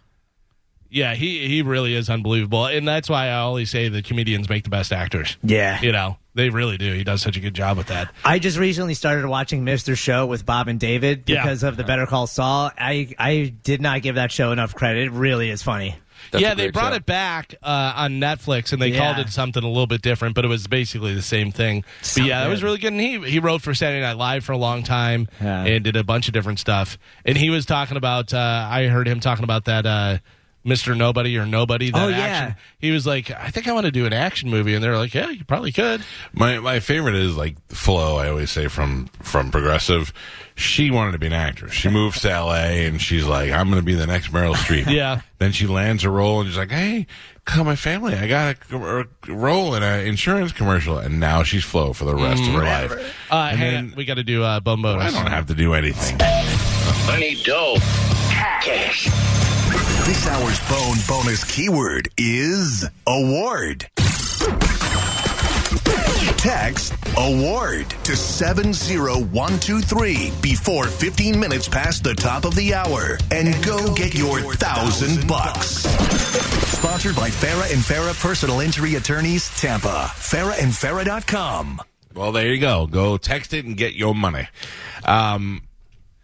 Speaker 4: Yeah, he he really is unbelievable, and that's why I always say that comedians make the best actors.
Speaker 7: Yeah.
Speaker 4: you know they really do. He does such a good job with that.
Speaker 7: I just recently started watching Mr. Show with Bob and David
Speaker 4: Yeah.
Speaker 7: because of the Better Call Saul. I I did not give that show enough credit. It really is funny.
Speaker 8: That's
Speaker 4: yeah,
Speaker 8: a
Speaker 4: they
Speaker 8: great
Speaker 4: brought
Speaker 8: show.
Speaker 4: it back uh, on Netflix, and they
Speaker 7: Yeah.
Speaker 4: called it something a little bit different, but it was basically the same thing.
Speaker 7: So
Speaker 4: but yeah, it was
Speaker 7: good.
Speaker 4: really good. And he he wrote for Saturday Night Live for a long time
Speaker 7: Yeah.
Speaker 4: and did a bunch of different stuff. And he was talking about. Uh, I heard him talking about that uh, Mr. Nobody or Nobody. That
Speaker 7: Oh, yeah.
Speaker 4: action. He was like, I think I want to do an action movie, and they're like, Yeah, you probably could.
Speaker 3: My my favorite is like Flo. I always say from from Progressive. She wanted to be an actress. She moves to L.A. and she's like, I'm going to be the next Meryl Streep.
Speaker 4: Yeah.
Speaker 3: Then she lands a role and she's like, Hey, call my family. I got a, c- a role in an insurance commercial, and now she's Flo for the rest of her life.
Speaker 4: Uh,
Speaker 3: And
Speaker 4: hang
Speaker 3: then-
Speaker 4: on, we got to do uh, Bum
Speaker 3: I
Speaker 4: Bonus.
Speaker 3: don't have to do anything.
Speaker 1: This hour's bone bonus keyword is award. Text award to 70123 before 15 minutes past the top of the hour and, go, get, your, thousand bucks. Sponsored by Farah and Farah Personal Injury Attorneys, Tampa. FarahandFarah.com.
Speaker 3: Well, there you go. Go text it and get your money. Um,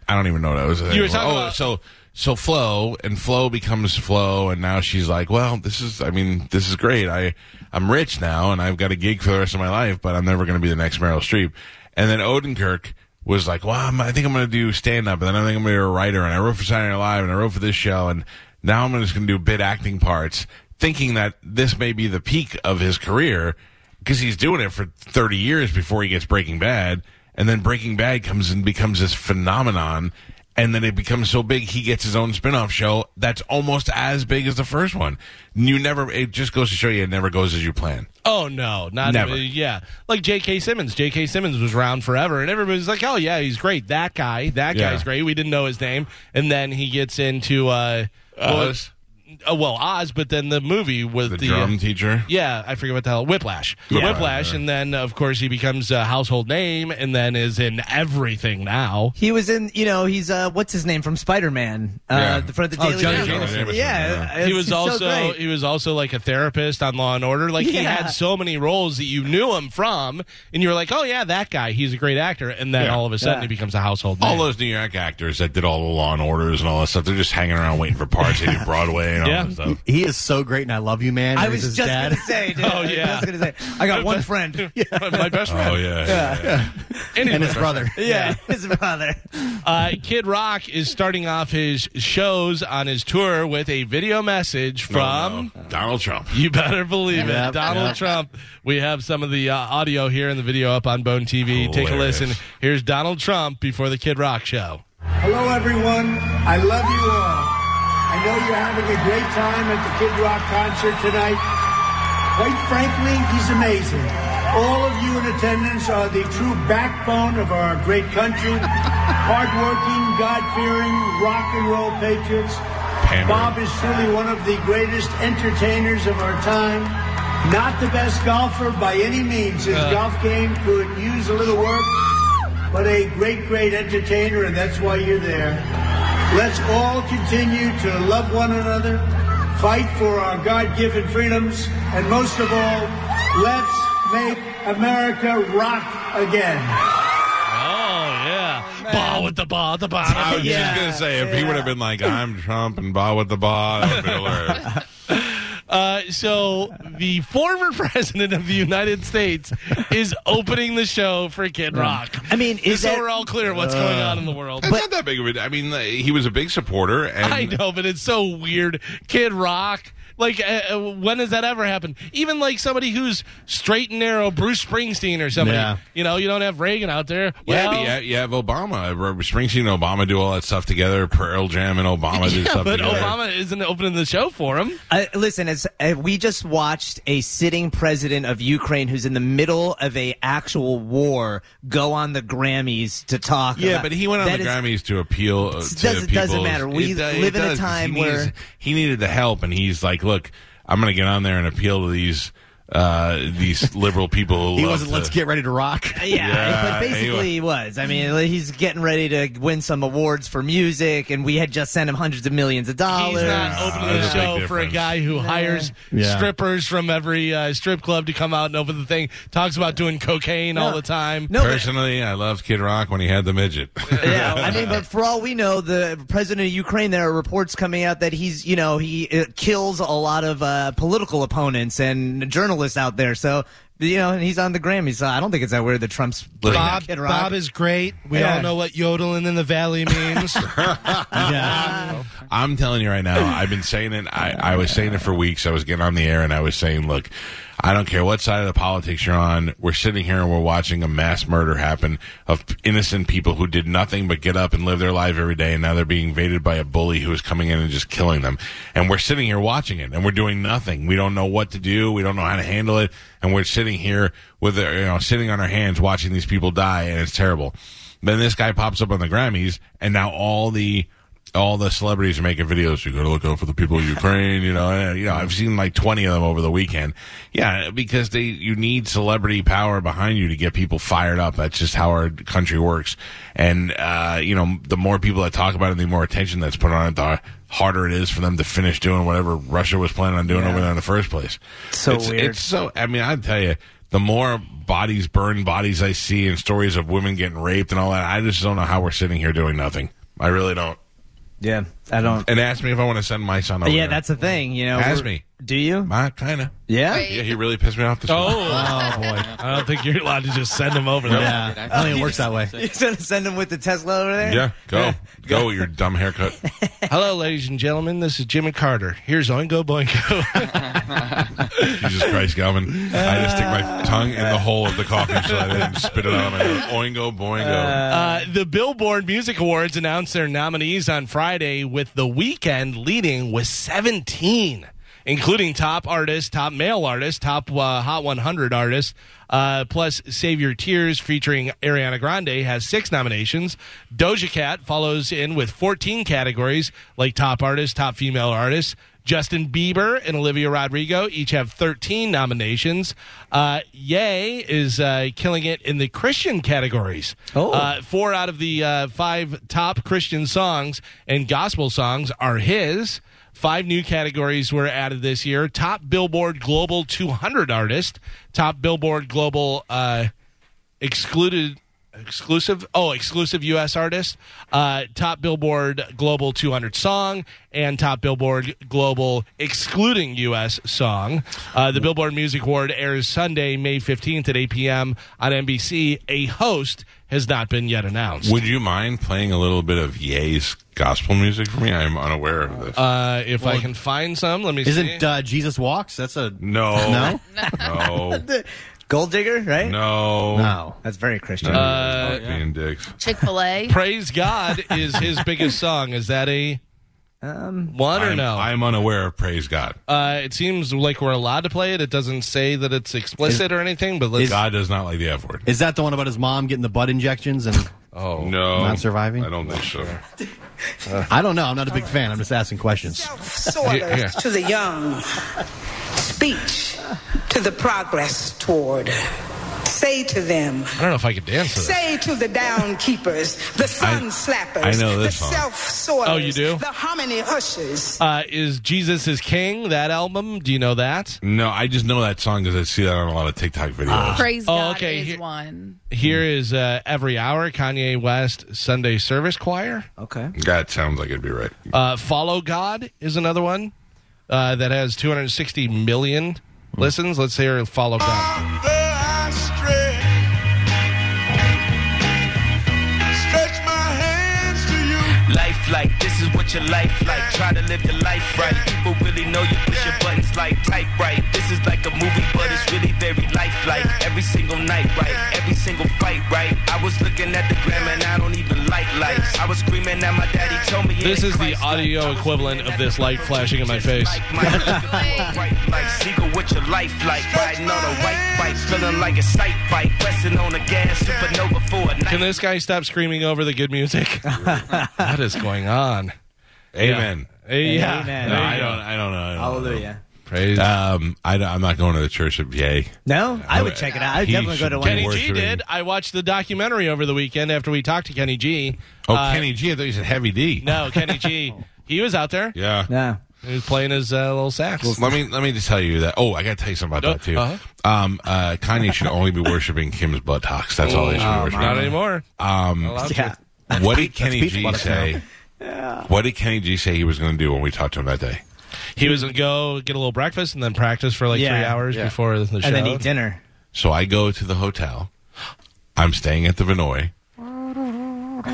Speaker 3: I don't even know what I was.
Speaker 4: You were talking
Speaker 3: oh,
Speaker 4: about-
Speaker 3: so so Flo and Flo becomes Flo, and now she's like, well, this is. I mean, this is great. I I'm rich now, and I've got a gig for the rest of my life, but I'm never going to be the next Meryl Streep. And then Odenkirk was like, well, I'm, I think I'm going to do stand up, and then I think I'm going to be a writer, and I wrote for Saturday Night Live, and I wrote for this show, and now I'm just going to do bit acting parts, thinking that this may be the peak of his career because he's doing it for 30 years before he gets Breaking Bad, and then Breaking Bad comes and becomes this phenomenon, and then it becomes so big he gets his own spin-off show that's almost as big as the first one. You never it just goes to show you it never goes as you plan.
Speaker 4: Oh no, not
Speaker 3: Never.
Speaker 4: even- yeah, like J.K. Simmons. J.K. Simmons was around forever, and everybody's like, "Oh yeah, he's great. That guy, that
Speaker 3: Yeah.
Speaker 4: guy's great." We didn't know his name, and then he gets into uh,
Speaker 3: Oz.
Speaker 4: Well, uh, well, Oz, but then the movie with
Speaker 3: The,
Speaker 4: the, uh,
Speaker 3: drum teacher.
Speaker 4: Yeah, I forget what the hell Whiplash.
Speaker 3: Yeah.
Speaker 4: Whiplash, and then of course he becomes a household name, and then is in everything now.
Speaker 7: He was in, you know, he's uh, what's his name from Spider Man? Uh,
Speaker 3: Yeah.
Speaker 7: the front of the
Speaker 3: Oh,
Speaker 7: Daily
Speaker 3: Johnny
Speaker 7: Mail.
Speaker 3: Jameson. Jameson, yeah.
Speaker 7: Yeah, it's-
Speaker 4: he
Speaker 7: it's
Speaker 4: was
Speaker 7: so
Speaker 4: also
Speaker 7: great.
Speaker 4: he was also like a therapist on Law and Order. Like he
Speaker 7: Yeah.
Speaker 4: had so many roles that you knew him from, and you were like, "Oh yeah, that guy. He's a great actor." And then
Speaker 3: Yeah.
Speaker 4: all of a sudden, he
Speaker 7: Yeah.
Speaker 4: becomes a household name.
Speaker 3: All those New York actors that did all the Law and Orders and all that stuff, they're just hanging around waiting for parts. They do Broadway and all
Speaker 4: Yeah.
Speaker 3: that stuff.
Speaker 6: He is so great, and I love you, man.
Speaker 7: I
Speaker 6: He's
Speaker 7: was
Speaker 6: his
Speaker 7: just
Speaker 6: dad.
Speaker 7: gonna say. Dude,
Speaker 4: Oh,
Speaker 7: I
Speaker 4: yeah.
Speaker 7: was just gonna say. I got one friend. Yeah,
Speaker 4: my best friend.
Speaker 3: Oh yeah, yeah, yeah.
Speaker 6: and his brother.
Speaker 7: his brother.
Speaker 4: Uh, Kid Rock is starting off his shows on his tour with a video message from.
Speaker 3: Oh, no. Donald Trump.
Speaker 4: You better believe it.
Speaker 6: Yep,
Speaker 4: Donald
Speaker 6: yep.
Speaker 4: Trump. We have some of the uh, audio here and the video up on Bone TV. Take a
Speaker 3: Hilarious.
Speaker 4: listen. Here's Donald Trump before the Kid Rock show.
Speaker 8: Hello, everyone. I love you all. I know you're having a great time at the Kid Rock concert tonight. Quite frankly, he's amazing. All of you in attendance are the true backbone of our great country. Hardworking, God-fearing, rock and roll patriots.
Speaker 3: Pandering.
Speaker 8: Bob is truly one of the greatest entertainers of our time. Not the best golfer by any means. His golf game could use a little work but a great, great entertainer, and that's why you're there. Let's all continue to love one another, fight for our God given freedoms, and most of all, let's make America rock again.
Speaker 4: Oh, yeah. Ball with the ball, the
Speaker 3: I
Speaker 4: bottom.
Speaker 3: Oh, was just gonna say if he would have been like, "I'm Trump and Bob with the Bob," that would've been hilarious.
Speaker 4: Uh, so the former president of the United States is opening the show for Kid Rock.
Speaker 7: Mm. I mean, is
Speaker 4: so
Speaker 7: that-
Speaker 4: we're all clear what's going on in the world.
Speaker 3: It's not that big of a. I mean, like, he was a big supporter, and
Speaker 4: I know, but it's so weird. Kid Rock. Like, uh, uh, when has that ever happened? Even like somebody who's straight and narrow, Bruce Springsteen or somebody.
Speaker 6: Yeah.
Speaker 4: You know, you don't have Reagan out there.
Speaker 3: yeah,
Speaker 4: Well,
Speaker 3: but yeah, you have Obama, Re- Springsteen, and Obama do all that stuff together. Pearl Jam and Obama do
Speaker 4: yeah,
Speaker 3: stuff
Speaker 4: but
Speaker 3: together.
Speaker 4: Obama isn't opening the show for him.
Speaker 7: Uh, listen, as uh, we just watched a sitting president of Ukraine who's in the middle of a actual war go on the Grammys to talk.
Speaker 3: Yeah,
Speaker 7: about-
Speaker 3: but he went on
Speaker 7: That
Speaker 3: the
Speaker 7: is-
Speaker 3: Grammys to appeal uh, to
Speaker 7: doesn't- doesn't
Speaker 3: people's-
Speaker 7: matter. We
Speaker 3: do-
Speaker 7: live in a
Speaker 3: does.
Speaker 7: time
Speaker 3: he needs-
Speaker 7: where-
Speaker 3: he needed the help, and he's like, "Look, I'm going to get on there and appeal to these uh, these liberal people." Who
Speaker 6: He
Speaker 3: love
Speaker 6: wasn't.
Speaker 3: to-
Speaker 6: Let's get ready to rock.
Speaker 7: Yeah,
Speaker 3: Yeah,
Speaker 7: but basically
Speaker 3: anyway.
Speaker 7: he was. I mean, like, he's getting ready to win some awards for music, and we had just sent him hundreds of millions of dollars.
Speaker 4: He's not opening the
Speaker 3: there's a big
Speaker 4: show for a
Speaker 3: difference.
Speaker 4: guy who hires
Speaker 6: Yeah.
Speaker 4: strippers from every uh, strip club to come out and open the thing. Talks about doing cocaine all the time.
Speaker 7: no, but-
Speaker 3: Personally, I loved Kid Rock when he had the midget.
Speaker 7: yeah, I mean, but for all we know, the president of Ukraine, there are reports coming out that he's, you know, he uh, kills a lot of uh, political opponents and journalists out there. So, you know, and he's on the Grammys. So I don't think it's that weird that Trump's putting out
Speaker 4: Bob,
Speaker 7: Kid Rock.
Speaker 4: Bob is great. We
Speaker 7: Yeah.
Speaker 4: all know what yodeling in the valley means.
Speaker 6: yeah.
Speaker 3: I'm telling you right now, I've been saying it. I, I was saying it for weeks. I was getting on the air and I was saying, look, I don't care what side of the politics you're on. We're sitting here and we're watching a mass murder happen of innocent people who did nothing but get up and live their life every day. And now they're being invaded by a bully who is coming in and just killing them. And we're sitting here watching it and we're doing nothing. We don't know what to do. We don't know how to handle it. And we're sitting here with, uh, you know, sitting on our hands watching these people die and it's terrible. Then this guy pops up on the Grammys and now all the, all the celebrities are making videos. You got to look out for the people of Ukraine. You know, and, you know. I've seen like twenty of them over the weekend. Yeah, because they you need celebrity power behind you to get people fired up. That's just how our country works. And uh, you know, the more people that talk about it, the more attention that's put on it, the harder it is for them to finish doing whatever Russia was planning on doing over there in the first place.
Speaker 7: So
Speaker 3: it's,
Speaker 7: weird.
Speaker 3: it's so. I mean, I tell you. The more bodies burned, bodies I see, and stories of women getting raped and all that, I just don't know how we're sitting here doing nothing. I really don't
Speaker 7: Yeah, I don't.
Speaker 3: and ask me if I want to send my son over.
Speaker 7: Yeah,
Speaker 3: there.
Speaker 7: that's the thing. You know,
Speaker 3: Ask
Speaker 7: we're-
Speaker 3: me.
Speaker 7: Do you?
Speaker 3: my kind of.
Speaker 7: Yeah.
Speaker 3: Yeah, he really pissed me off this week.
Speaker 4: oh boy, I don't think you're allowed to just send them over there.
Speaker 6: Yeah, I don't think it works that way.
Speaker 7: You said send him with the Tesla over there.
Speaker 3: Yeah, go. go with your dumb haircut.
Speaker 4: Hello, ladies and gentlemen. This is Jimmy Carter. Here's Oingo Boingo.
Speaker 3: Jesus Christ, Calvin. I just stick my tongue in the hole of the coffee so I didn't spit it out of my nose. Oingo boingo.
Speaker 4: Uh, the Billboard Music Awards announced their nominees on Friday, with The Weeknd leading with 17, including top artist, top male artist, top uh, Hot 100 artist. Uh, plus, Save Your Tears featuring Ariana Grande has six nominations. Doja Cat follows in with 14 categories like top artist, top female artist. Justin Bieber and Olivia Rodrigo each have 13 nominations. Uh, Yay is uh, killing it in the Christian categories.
Speaker 7: Oh.
Speaker 4: Uh, four out of the uh, five top Christian songs and gospel songs are his. Five new categories were added this year top Billboard Global 200 artist, top Billboard Global. Uh, excluded exclusive oh exclusive us artist uh, top billboard global 200 song and top billboard global excluding us song uh, the billboard music award airs sunday may 15th at 8 p.m on nbc a host has not been yet announced
Speaker 3: Would you mind playing a little bit of Ye's gospel music for me? I'm unaware of this.
Speaker 4: uh, if i can find some let me see
Speaker 6: Isn't uh, Jesus walks? That's a
Speaker 3: no.
Speaker 6: no,
Speaker 3: No.
Speaker 7: Gold digger, right?
Speaker 3: No.
Speaker 6: no.
Speaker 7: That's very Christian.
Speaker 3: Uh, Being dicks.
Speaker 9: Chick Fil A.
Speaker 4: praise god is his biggest song is that a one or
Speaker 3: I'm,
Speaker 4: no
Speaker 3: I'm unaware of Praise God.
Speaker 4: uh, it seems like we're allowed to play it it doesn't say that it's explicit or anything but let's
Speaker 3: God does not like the F word.
Speaker 6: Is that the one about his mom getting the butt injections? And
Speaker 3: Oh. No.
Speaker 6: Not surviving?
Speaker 3: I don't think so.
Speaker 6: I don't know. I'm not a big fan. I'm just asking questions.
Speaker 10: Sort
Speaker 3: Yeah, yeah.
Speaker 10: to the young, speech to the progress toward. Say to them,
Speaker 4: I don't know if I could dance to this.
Speaker 10: say to the down keepers, the sun slappers,
Speaker 3: I know
Speaker 10: the
Speaker 3: this song.
Speaker 10: self sorters,
Speaker 4: Oh, you do?
Speaker 10: the hominy ushers.
Speaker 4: Uh, is Jesus is King that album? Do you know that?
Speaker 3: No, I just know that song because I see that on a lot of TikTok videos.
Speaker 9: Praise
Speaker 4: Oh,
Speaker 9: God
Speaker 4: okay,
Speaker 9: is
Speaker 4: here-
Speaker 9: one.
Speaker 4: Here is uh, Every Hour, Kanye West Sunday Service Choir.
Speaker 7: okay.
Speaker 3: That sounds like it'd be right.
Speaker 4: Uh, Follow God is another one uh, that has 260 million listens. Let's hear Follow God.
Speaker 11: Life like this is what your life like. Try to live your life right. People really know you push your buttons like type right. This is like a movie, but it's really very lifelike. Every single night, right? Every single fight, right? I was looking at the gram and I don't even like lights. I was screaming at my daddy, told me it
Speaker 4: This
Speaker 11: ain't
Speaker 4: is the
Speaker 11: Christ-like.
Speaker 4: audio
Speaker 11: I was
Speaker 4: equivalent
Speaker 11: screaming at
Speaker 4: of this
Speaker 11: the
Speaker 4: light
Speaker 11: girl,
Speaker 4: flashing in my
Speaker 11: just
Speaker 4: face.
Speaker 11: Like Mike, looking for right lights. Eagle with your life like riding on a white bike, feeling like a sight bike, pressing on the gas, supernova for a night.
Speaker 4: Can this guy stop screaming over the good music? what is going on?
Speaker 3: Amen.
Speaker 4: Yeah.
Speaker 7: Amen.
Speaker 3: No, I don't. I don't know. I don't
Speaker 7: Hallelujah.
Speaker 4: Praise.
Speaker 3: know. Um, I am not going to the church of Yay.
Speaker 7: No, I would check it out. I'd
Speaker 3: He
Speaker 7: definitely go to
Speaker 3: should
Speaker 7: one.
Speaker 4: Kenny G
Speaker 3: Worshiping.
Speaker 4: did. I watched the documentary over the weekend after we talked to Kenny G.
Speaker 3: Oh,
Speaker 4: Uh,
Speaker 3: Kenny G. I thought you said Heavy D.
Speaker 4: No, Kenny G. He was out there.
Speaker 3: Yeah.
Speaker 7: Yeah.
Speaker 4: He was playing his uh, little sax.
Speaker 3: Let me let me just tell you that. Oh, I got to tell you something about
Speaker 4: Oh,
Speaker 3: that too.
Speaker 4: uh-huh.
Speaker 3: Um, uh, Kanye should only be worshiping Kim's buttocks. That's all he should be worshiping.
Speaker 4: Not anymore.
Speaker 3: Um,
Speaker 7: Yeah.
Speaker 3: what did Kenny
Speaker 6: peach
Speaker 3: G
Speaker 6: buttocks now.
Speaker 3: say? What did Kenny G say he was going to do when we talked to him that day?
Speaker 4: He was gonna go get a little breakfast and then practice for like
Speaker 7: Yeah,
Speaker 4: three hours
Speaker 6: yeah.
Speaker 4: before the show.
Speaker 7: And then eat dinner.
Speaker 3: So I go to the hotel. I'm staying at the Vinoy. I'm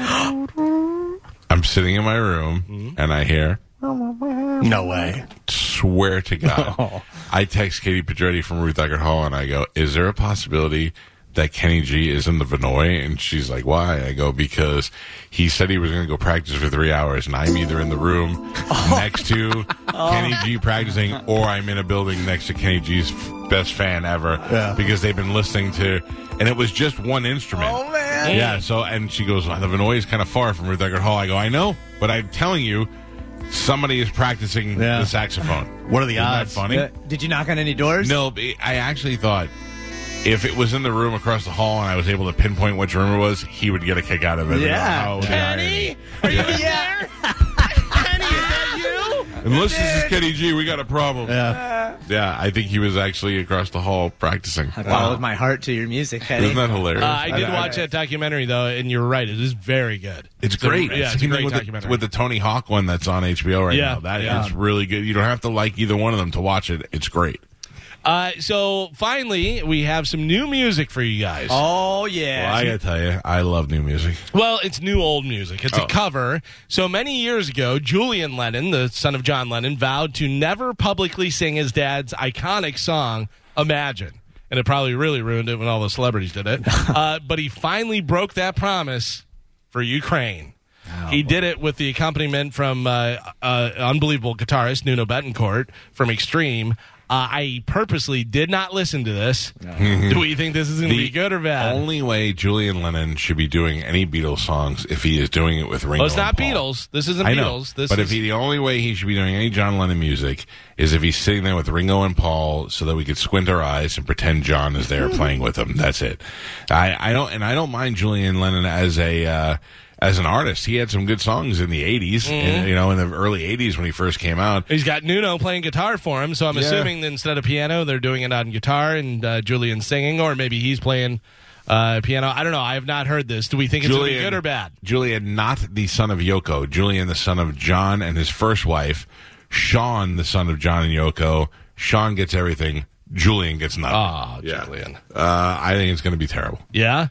Speaker 3: I'm sitting in my room and I hear,
Speaker 6: No way.
Speaker 3: swear to God. I text Katie Pedretti from Ruth Eckert Hall and I go, Is there a possibility that Kenny G is in the Vinoy? And she's like, Why? I go, Because he said he was going to go practice for three hours and I'm either in the room next to Kenny G practicing or I'm in a building next to Kenny G's f- best fan ever
Speaker 6: Yeah.
Speaker 3: because they've been listening to, and it was just one instrument. Oh, man. Yeah, so, and she goes, The Vinoy is kind of far from Ruth Eckert Hall. I go, I know, but I'm telling you, Somebody is practicing
Speaker 7: Yeah.
Speaker 3: the saxophone.
Speaker 6: What are the
Speaker 3: Isn't that
Speaker 6: odds?
Speaker 3: funny?
Speaker 7: Uh, did you knock on any doors?
Speaker 3: No, but I actually thought if it was in the room across the hall and I was able to pinpoint which room it was, he would get a kick out of it.
Speaker 7: Yeah.
Speaker 3: Oh,
Speaker 7: Kenny?
Speaker 3: Are you
Speaker 7: Yeah.
Speaker 3: Unless this is Kenny G, we got a problem.
Speaker 6: Yeah.
Speaker 3: Yeah, I think he was actually across the hall practicing.
Speaker 7: I followed my heart to your music, Kenny.
Speaker 3: Isn't that hilarious?
Speaker 4: Uh, I did watch that documentary though, and you're right. It is very good.
Speaker 3: It's great.
Speaker 4: A, yeah, it's a
Speaker 3: Even
Speaker 4: great
Speaker 3: with
Speaker 4: documentary.
Speaker 3: The, with the Tony Hawk one that's on HBO right
Speaker 4: Yeah.
Speaker 3: now. That is
Speaker 4: Yeah.
Speaker 3: really good. You don't have to like either one of them to watch it. It's great.
Speaker 4: uh, so finally, we have some new music for you guys.
Speaker 7: Oh
Speaker 3: Well, I
Speaker 7: yeah.
Speaker 3: gotta tell you, I love new music.
Speaker 4: Well, it's new old music. It's
Speaker 3: Oh.
Speaker 4: a cover. So many years ago, Julian Lennon, the son of John Lennon, vowed to never publicly sing his dad's iconic song, Imagine. And it probably really ruined it when all the celebrities did it. uh, but he finally broke that promise for Ukraine. he did it with the accompaniment from uh, uh, unbelievable guitarist Nuno Betancourt from Extreme. Uh, I purposely did not listen to this. Do we think this is going to be good or bad?
Speaker 3: Only way Julian Lennon should be doing any Beatles songs if he is doing it with Ringo.
Speaker 4: Well, it's not
Speaker 3: and Paul.
Speaker 4: Beatles. This isn't
Speaker 3: I know,
Speaker 4: Beatles. This
Speaker 3: but
Speaker 4: is
Speaker 3: if he, the only way he should be doing any John Lennon music is if he's sitting there with Ringo and Paul, so that we could squint our eyes and pretend John is there playing with them. That's it. I, I don't, and I don't mind Julian Lennon as a uh, as an artist. He had some good songs in the '80s,
Speaker 4: Mm-hmm.
Speaker 3: and, you know, in the early '80s when he first came out.
Speaker 4: He's got Nuno playing guitar for him, so I'm assuming that instead of piano, they're doing it on guitar and uh, Julian's singing, or maybe he's playing uh, piano. I don't know. I have not heard this. Do we think it's going to be good or bad?
Speaker 3: Julian, not the son of Yoko. Julian, the son of John and his first wife. Sean, the son of John and Yoko. Sean gets everything. Julian gets nothing.
Speaker 4: Ah, Julian.
Speaker 3: Uh, I think it's going to be terrible.
Speaker 4: Yeah?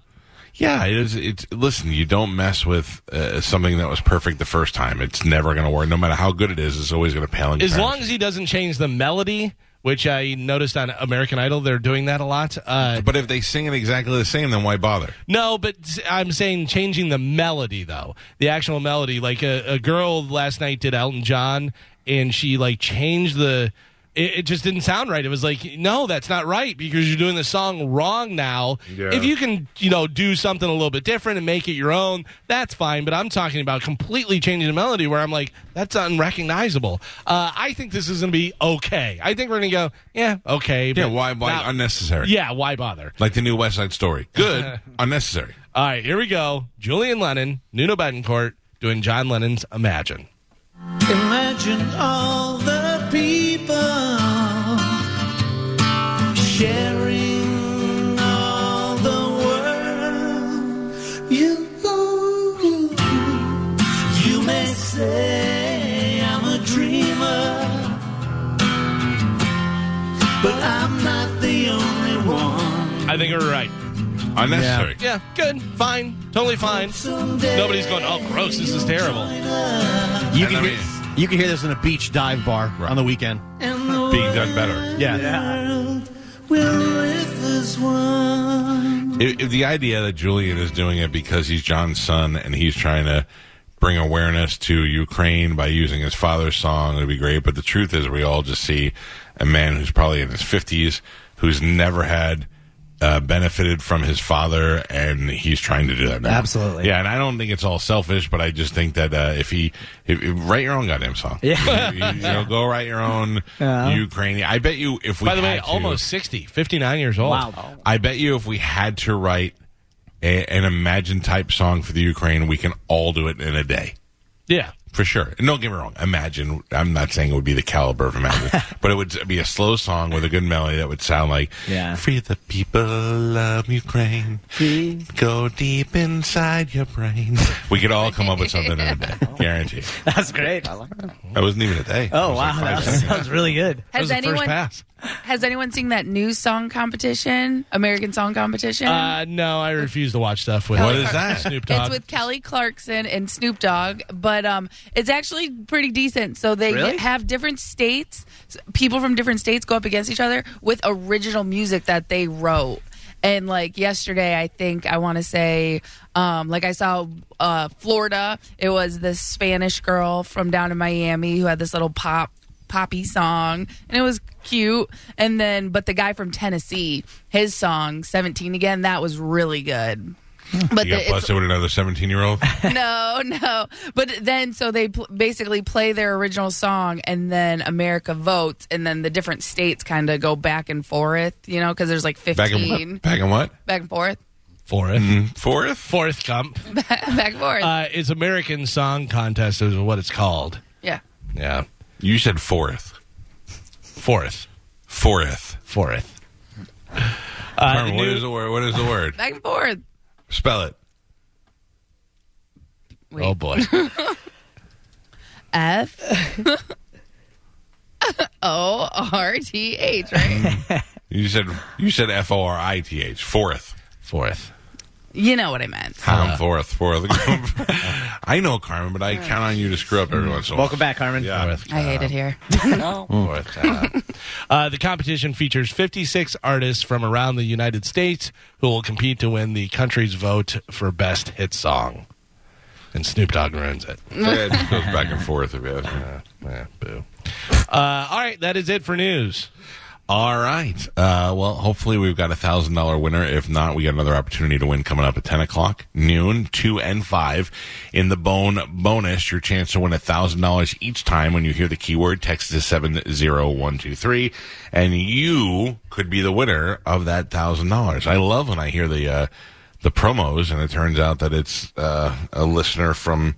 Speaker 3: Yeah, it is. It's listen. You don't mess with uh, something that was perfect the first time. It's never going to work. No matter how good it is, it's always going to pale in
Speaker 4: As
Speaker 3: comparison.
Speaker 4: long as he doesn't change the melody, which I noticed on American Idol, they're doing that a lot. Uh,
Speaker 3: But if they sing it exactly the same, then why bother?
Speaker 4: no, but s- I'm saying changing the melody, though. The actual melody. Like a, a girl last night did Elton John, and she like changed the. It, it just didn't sound right. It was like, no, that's not right because you're doing the song wrong now.
Speaker 3: Yeah.
Speaker 4: If you can, you know, do something a little bit different and make it your own, that's fine. But I'm talking about completely changing the melody where I'm like, that's unrecognizable. Uh, I think this is going to be okay. I think we're going to go, yeah, okay.
Speaker 3: Yeah,
Speaker 4: but
Speaker 3: why? Why
Speaker 4: not-
Speaker 3: unnecessary?
Speaker 4: Yeah, why bother?
Speaker 3: like the new West Side Story. Good, unnecessary.
Speaker 4: All right, here we go. Julian Lennon, Nuno Betancourt doing John Lennon's Imagine.
Speaker 12: Imagine all the people sharing all the world. You, you may say I'm a dreamer, but I'm not the only one.
Speaker 4: I think we're right.
Speaker 3: Unnecessary.
Speaker 4: Yeah, good, fine, totally fine. Nobody's going, oh, gross, this is terrible.
Speaker 6: You
Speaker 3: And I
Speaker 6: can, hear,
Speaker 3: mean-
Speaker 6: you can hear this in a beach dive bar on the weekend.
Speaker 12: And the
Speaker 3: Being done better.
Speaker 6: Yeah.
Speaker 12: world will live as one.
Speaker 3: If, if the idea that Julian is doing it because he's John's son and he's trying to bring awareness to Ukraine by using his father's song would be great. But the truth is, we all just see a man who's probably in his fifties who's never had. Uh, benefited from his father, and he's trying to do that now.
Speaker 7: Absolutely.
Speaker 3: yeah. And I don't think it's all selfish, but I just think that uh, if he if, if- write your own goddamn song,
Speaker 7: Yeah.
Speaker 3: you, you- you know, go write your own
Speaker 7: Yeah.
Speaker 3: Ukrainian. I bet you if we
Speaker 4: By the way,
Speaker 3: had to-
Speaker 4: almost 60, 59 years old.
Speaker 7: Wow.
Speaker 3: I bet you if we had to write a, an Imagine type song for the Ukraine, we can all do it in a day.
Speaker 4: Yeah.
Speaker 3: For sure. And don't get me wrong. Imagine, I'm not saying it would be the caliber of Imagine, but it would be a slow song with a good melody that would sound like
Speaker 7: Yeah.
Speaker 3: Free the people of Ukraine. Go deep inside your brain. We could all come up with something in a day. Guaranteed.
Speaker 7: That's great.
Speaker 3: That wasn't even a day. It
Speaker 7: Oh
Speaker 3: was like
Speaker 7: wow,
Speaker 3: five
Speaker 7: that
Speaker 3: seconds.
Speaker 7: sounds really good.
Speaker 4: That
Speaker 9: Has
Speaker 4: was the first
Speaker 9: anyone
Speaker 4: pass.
Speaker 9: Has anyone seen that new song competition, American Song Competition?
Speaker 4: Uh, no, I refuse to watch stuff with.
Speaker 3: What is that?
Speaker 4: Snoop Dogg.
Speaker 9: It's with Kelly Clarkson and Snoop Dogg, but um, it's actually pretty decent. So they
Speaker 4: Really?
Speaker 9: have different states, s- people from different states go up against each other with original music that they wrote. And like yesterday, I think I want to say, um, like I saw uh, Florida. It was this Spanish girl from down in Miami who had this little pop poppy song and it was cute and then but the guy from tennessee his song 17 again that was really good
Speaker 4: Hmm.
Speaker 9: but
Speaker 3: you
Speaker 9: the-
Speaker 3: got
Speaker 9: it's
Speaker 3: busted with another 17 year old?
Speaker 9: no, no. But then, so they pl- basically play their original song, and then America votes, and then the different states kind of go back and forth, you know, because there's like 15.
Speaker 3: Back in what? Back in what? Mm-hmm.
Speaker 9: Back and forth.
Speaker 4: Fourth.
Speaker 3: Fourth?
Speaker 4: Fourth Gump.
Speaker 9: back and forth.
Speaker 4: Uh, it's American Song Contest is what it's called.
Speaker 9: yeah.
Speaker 4: Yeah.
Speaker 3: You said fourth.
Speaker 4: Fourth.
Speaker 3: Fourth.
Speaker 4: Fourth.
Speaker 3: Uh,
Speaker 4: the
Speaker 3: what
Speaker 4: new-
Speaker 3: is the word? What is the word?
Speaker 9: Back and forth.
Speaker 3: Spell it.
Speaker 4: Oh boy.
Speaker 9: F O R T H, right?
Speaker 3: You said you said F O R I T H. Fourth.
Speaker 4: Fourth.
Speaker 9: you know what I meant.
Speaker 3: Tom Fourth. Fourth. I know Carmen, but I count on you to screw up every once in a while.
Speaker 7: Welcome back, Carmen.
Speaker 3: Yeah.
Speaker 9: I hate it here.
Speaker 3: Fourth. uh,
Speaker 4: Uh, the competition features 56 artists from around the United States who will compete to win the country's vote for best hit song. And Snoop Dogg ruins it.
Speaker 3: yeah, it just goes back and forth a bit.
Speaker 4: Eh, boo. Uh, all right, that is it for news.
Speaker 3: All right. Uh, well, hopefully we've got a thousand dollar winner. If not, we got another opportunity to win coming up at ten o'clock, noon, two and five, in the bone bonus. Your chance to win a thousand dollars each time when you hear the keyword. Text to seven zero one two three, and you could be the winner of that thousand dollars. I love when I hear the uh, the promos, and it turns out that it's uh, a listener from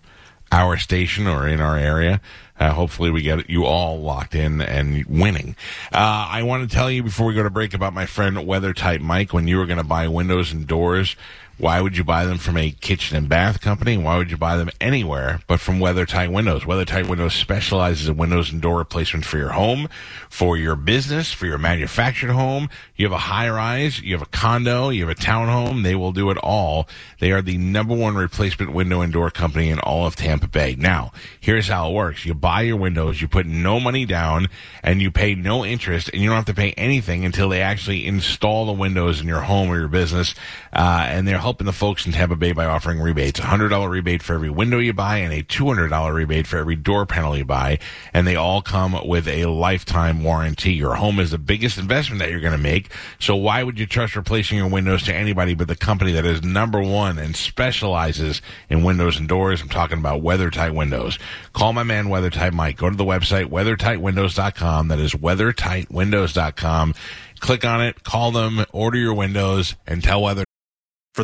Speaker 3: our station or in our area. Uh, hopefully, we get you all locked in and winning. Uh, I want to tell you before we go to break about my friend Weather Type Mike. When you were going to buy windows and doors, why would you buy them from a kitchen and bath company? Why would you buy them anywhere but from Weather Tight Windows? Weather Tight Windows specializes in windows and door replacements for your home, for your business, for your manufactured home. You have a high rise, you have a condo, you have a townhome. They will do it all. They are the number one replacement window and door company in all of Tampa Bay. Now, here's how it works. You buy your windows, you put no money down, and you pay no interest, and you don't have to pay anything until they actually install the windows in your home or your business. Uh, and they're helping the folks in Tampa Bay by offering rebates a $100 rebate for every window you buy, and a $200 rebate for every door panel you buy. And they all come with a lifetime warranty. Your home is the biggest investment that you're going to make. So why would you trust replacing your windows to anybody but the company that is number one and specializes in windows and doors? I'm talking about WeatherTight Windows. Call my man WeatherTight Mike. Go to the website weathertightwindows.com. That is weathertightwindows.com. Click on it, call them, order your windows, and tell Weather
Speaker 13: For